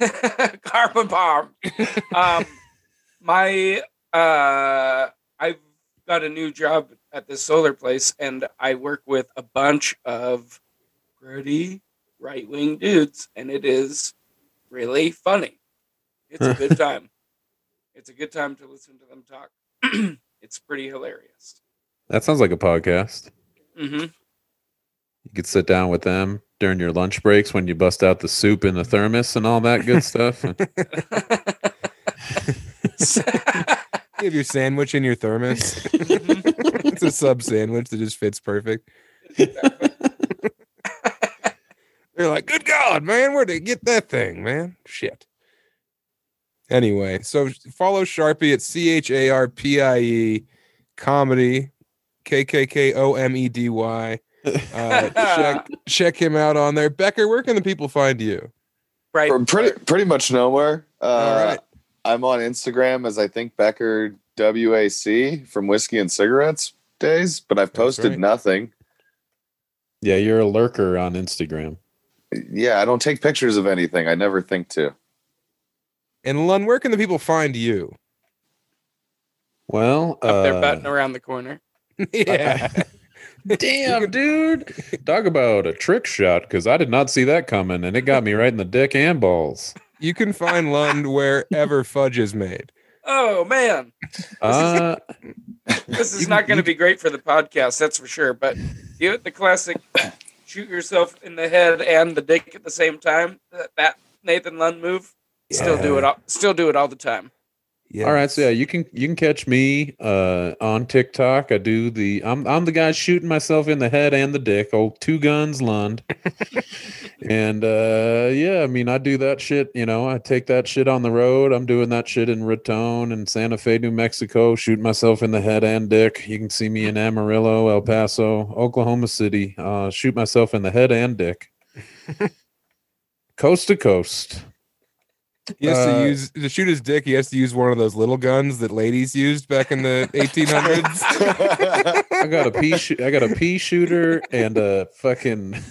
Carpet bomb. Um, my uh, I've got a new job at this solar place, and I work with a bunch of pretty right wing dudes, and it is really funny. It's a good time. It's a good time to listen to them talk. it's pretty hilarious.
That sounds like a podcast.
hmm
You could sit down with them during your lunch breaks when you bust out the soup in the thermos and all that good stuff.
You have your sandwich in your thermos. it's a sub sandwich that just fits perfect. They're like, good God, man, where'd they get that thing, man? Shit. Anyway, so follow Sharpie at C H A R P I E comedy, K K K O M E D Y. Uh, check, check him out on there. Becker, where can the people find you?
right.
From pretty pretty much nowhere. Uh,
All right.
I'm on Instagram as I think Becker WAC from Whiskey and Cigarettes days, but I've posted
right.
nothing.
yeah, you're a lurker on Instagram.
Yeah, I don't take pictures of anything. I never think to.
And Lun, where can the people find you?
Well,
Up there,
uh,
button around the corner.
yeah.
damn, dude. Talk about a trick shot because I did not see that coming and it got me right in the dick and balls.
You can find Lund wherever fudge is made.
Oh man,
Uh,
this is
You-
not going to
you-
be great for the podcast, that's for sure. But you the classic shoot yourself in the head and the dick at the same time. That, that Nathan Lund move. Still do it. All, still do it all the time.
Yeah.
All right, so yeah, you can you can catch me uh on TikTok. I do the I'm I'm the guy shooting myself in the head and the dick. Oh, two guns Lund. and uh yeah, I mean I do that shit, you know, I take that shit on the road. I'm doing that shit in Raton and Santa Fe, New Mexico, shooting myself in the head and dick. You can see me in Amarillo, El Paso, Oklahoma City. Uh shoot myself in the head and dick. coast to coast.
He has
Uh,
to use to shoot his dick. He has to use one of those little guns that ladies used back in the 1800s.
I got a pea. Sh- I got a pea shooter and a fucking.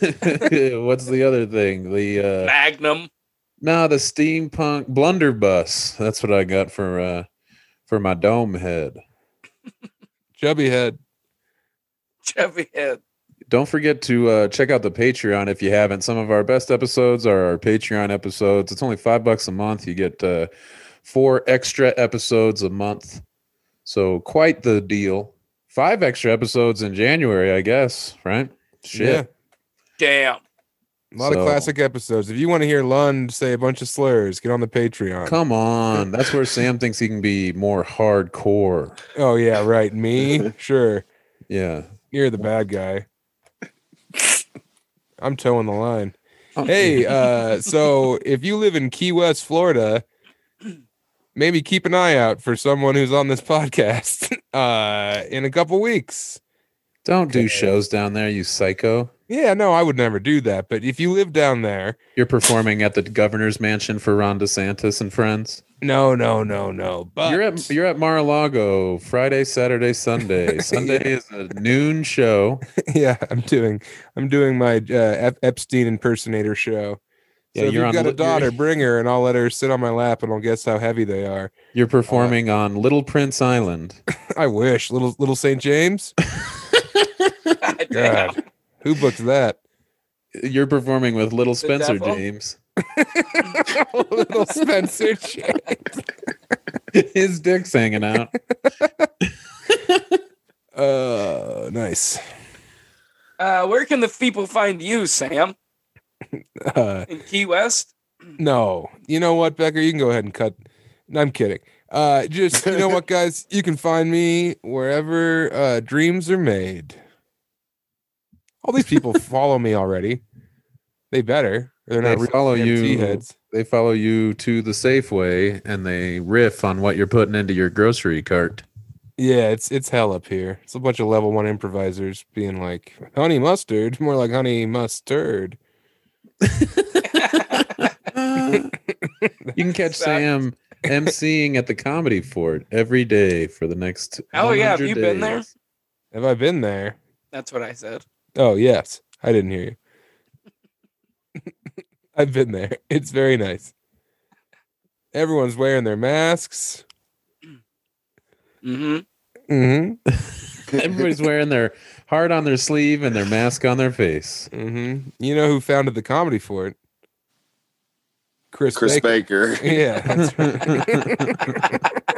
what's the other thing? The uh,
Magnum.
no, the steampunk blunderbuss. That's what I got for uh, for my dome head.
Chubby head.
Chevy head.
Don't forget to uh, check out the Patreon if you haven't. Some of our best episodes are our Patreon episodes. It's only five bucks a month. You get uh, four extra episodes a month, so quite the deal. Five extra episodes in January, I guess. Right? Shit.
Yeah.
Damn.
A lot
So-
of classic episodes. If you want to hear Lund say a bunch of slurs, get on the Patreon.
Come on, that's where Sam thinks he can be more hardcore.
Oh yeah, right. Me, sure.
Yeah.
You're the bad guy. I'm towing the line. Hey, uh, so if you live in Key West, Florida, maybe keep an eye out for someone who's on this podcast uh, in a couple weeks.
don't do shows down there, you psycho.
Yeah, no, I would never do that. But if you live down there,
You're performing at the governor's mansion for Ron DeSantis and friends.
no, no, no, no. But
You're at you're at Mar-a-Lago Friday, Saturday, Sunday. Sunday is a noon show.
yeah, I'm doing, I'm doing my uh, Ep- Epstein impersonator show.
Yeah,
so if you've
you're on
got a
li- you're-
daughter, bring her, and I'll let her sit on my lap, and I'll guess how heavy they are.
You're performing on Little Prince Island.
I wish little little St. James.
Damn.
Who booked that?
You're performing with Little Spencer
devil?
James.
little Spencer James.
His dick's hanging out.
Uh, nice.
Uh, where can the people find you, Sam?
Uh,
In Key West?
no, you know what, Becker? You can go ahead and cut. No, I'm kidding. Uh, just you know what, guys? You can find me wherever uh, dreams are made. All these people follow me already. They better. or They're not
They
real
follow
EMT
you.
Heads.
They follow you to the Safeway and they riff on what you're putting into your grocery cart.
Yeah, it's it's hell up here. It's a bunch of level one improvisers being like honey mustard, more like honey mustard.
you can catch
Sucks.
Sam emceeing at the Comedy Fort every day for the next.
Oh, yeah, have
100
you been there?
days.
Have I been there?
That's what I said.
Oh, yes. I didn't hear you. I've been there. It's very nice. Everyone's wearing their masks.
Mm-hmm.
hmm
Everybody's wearing their heart on their sleeve and their mask on their face.
hmm You know who founded the comedy fort? Chris,
Chris
Baker.
Baker.
Yeah, that's right.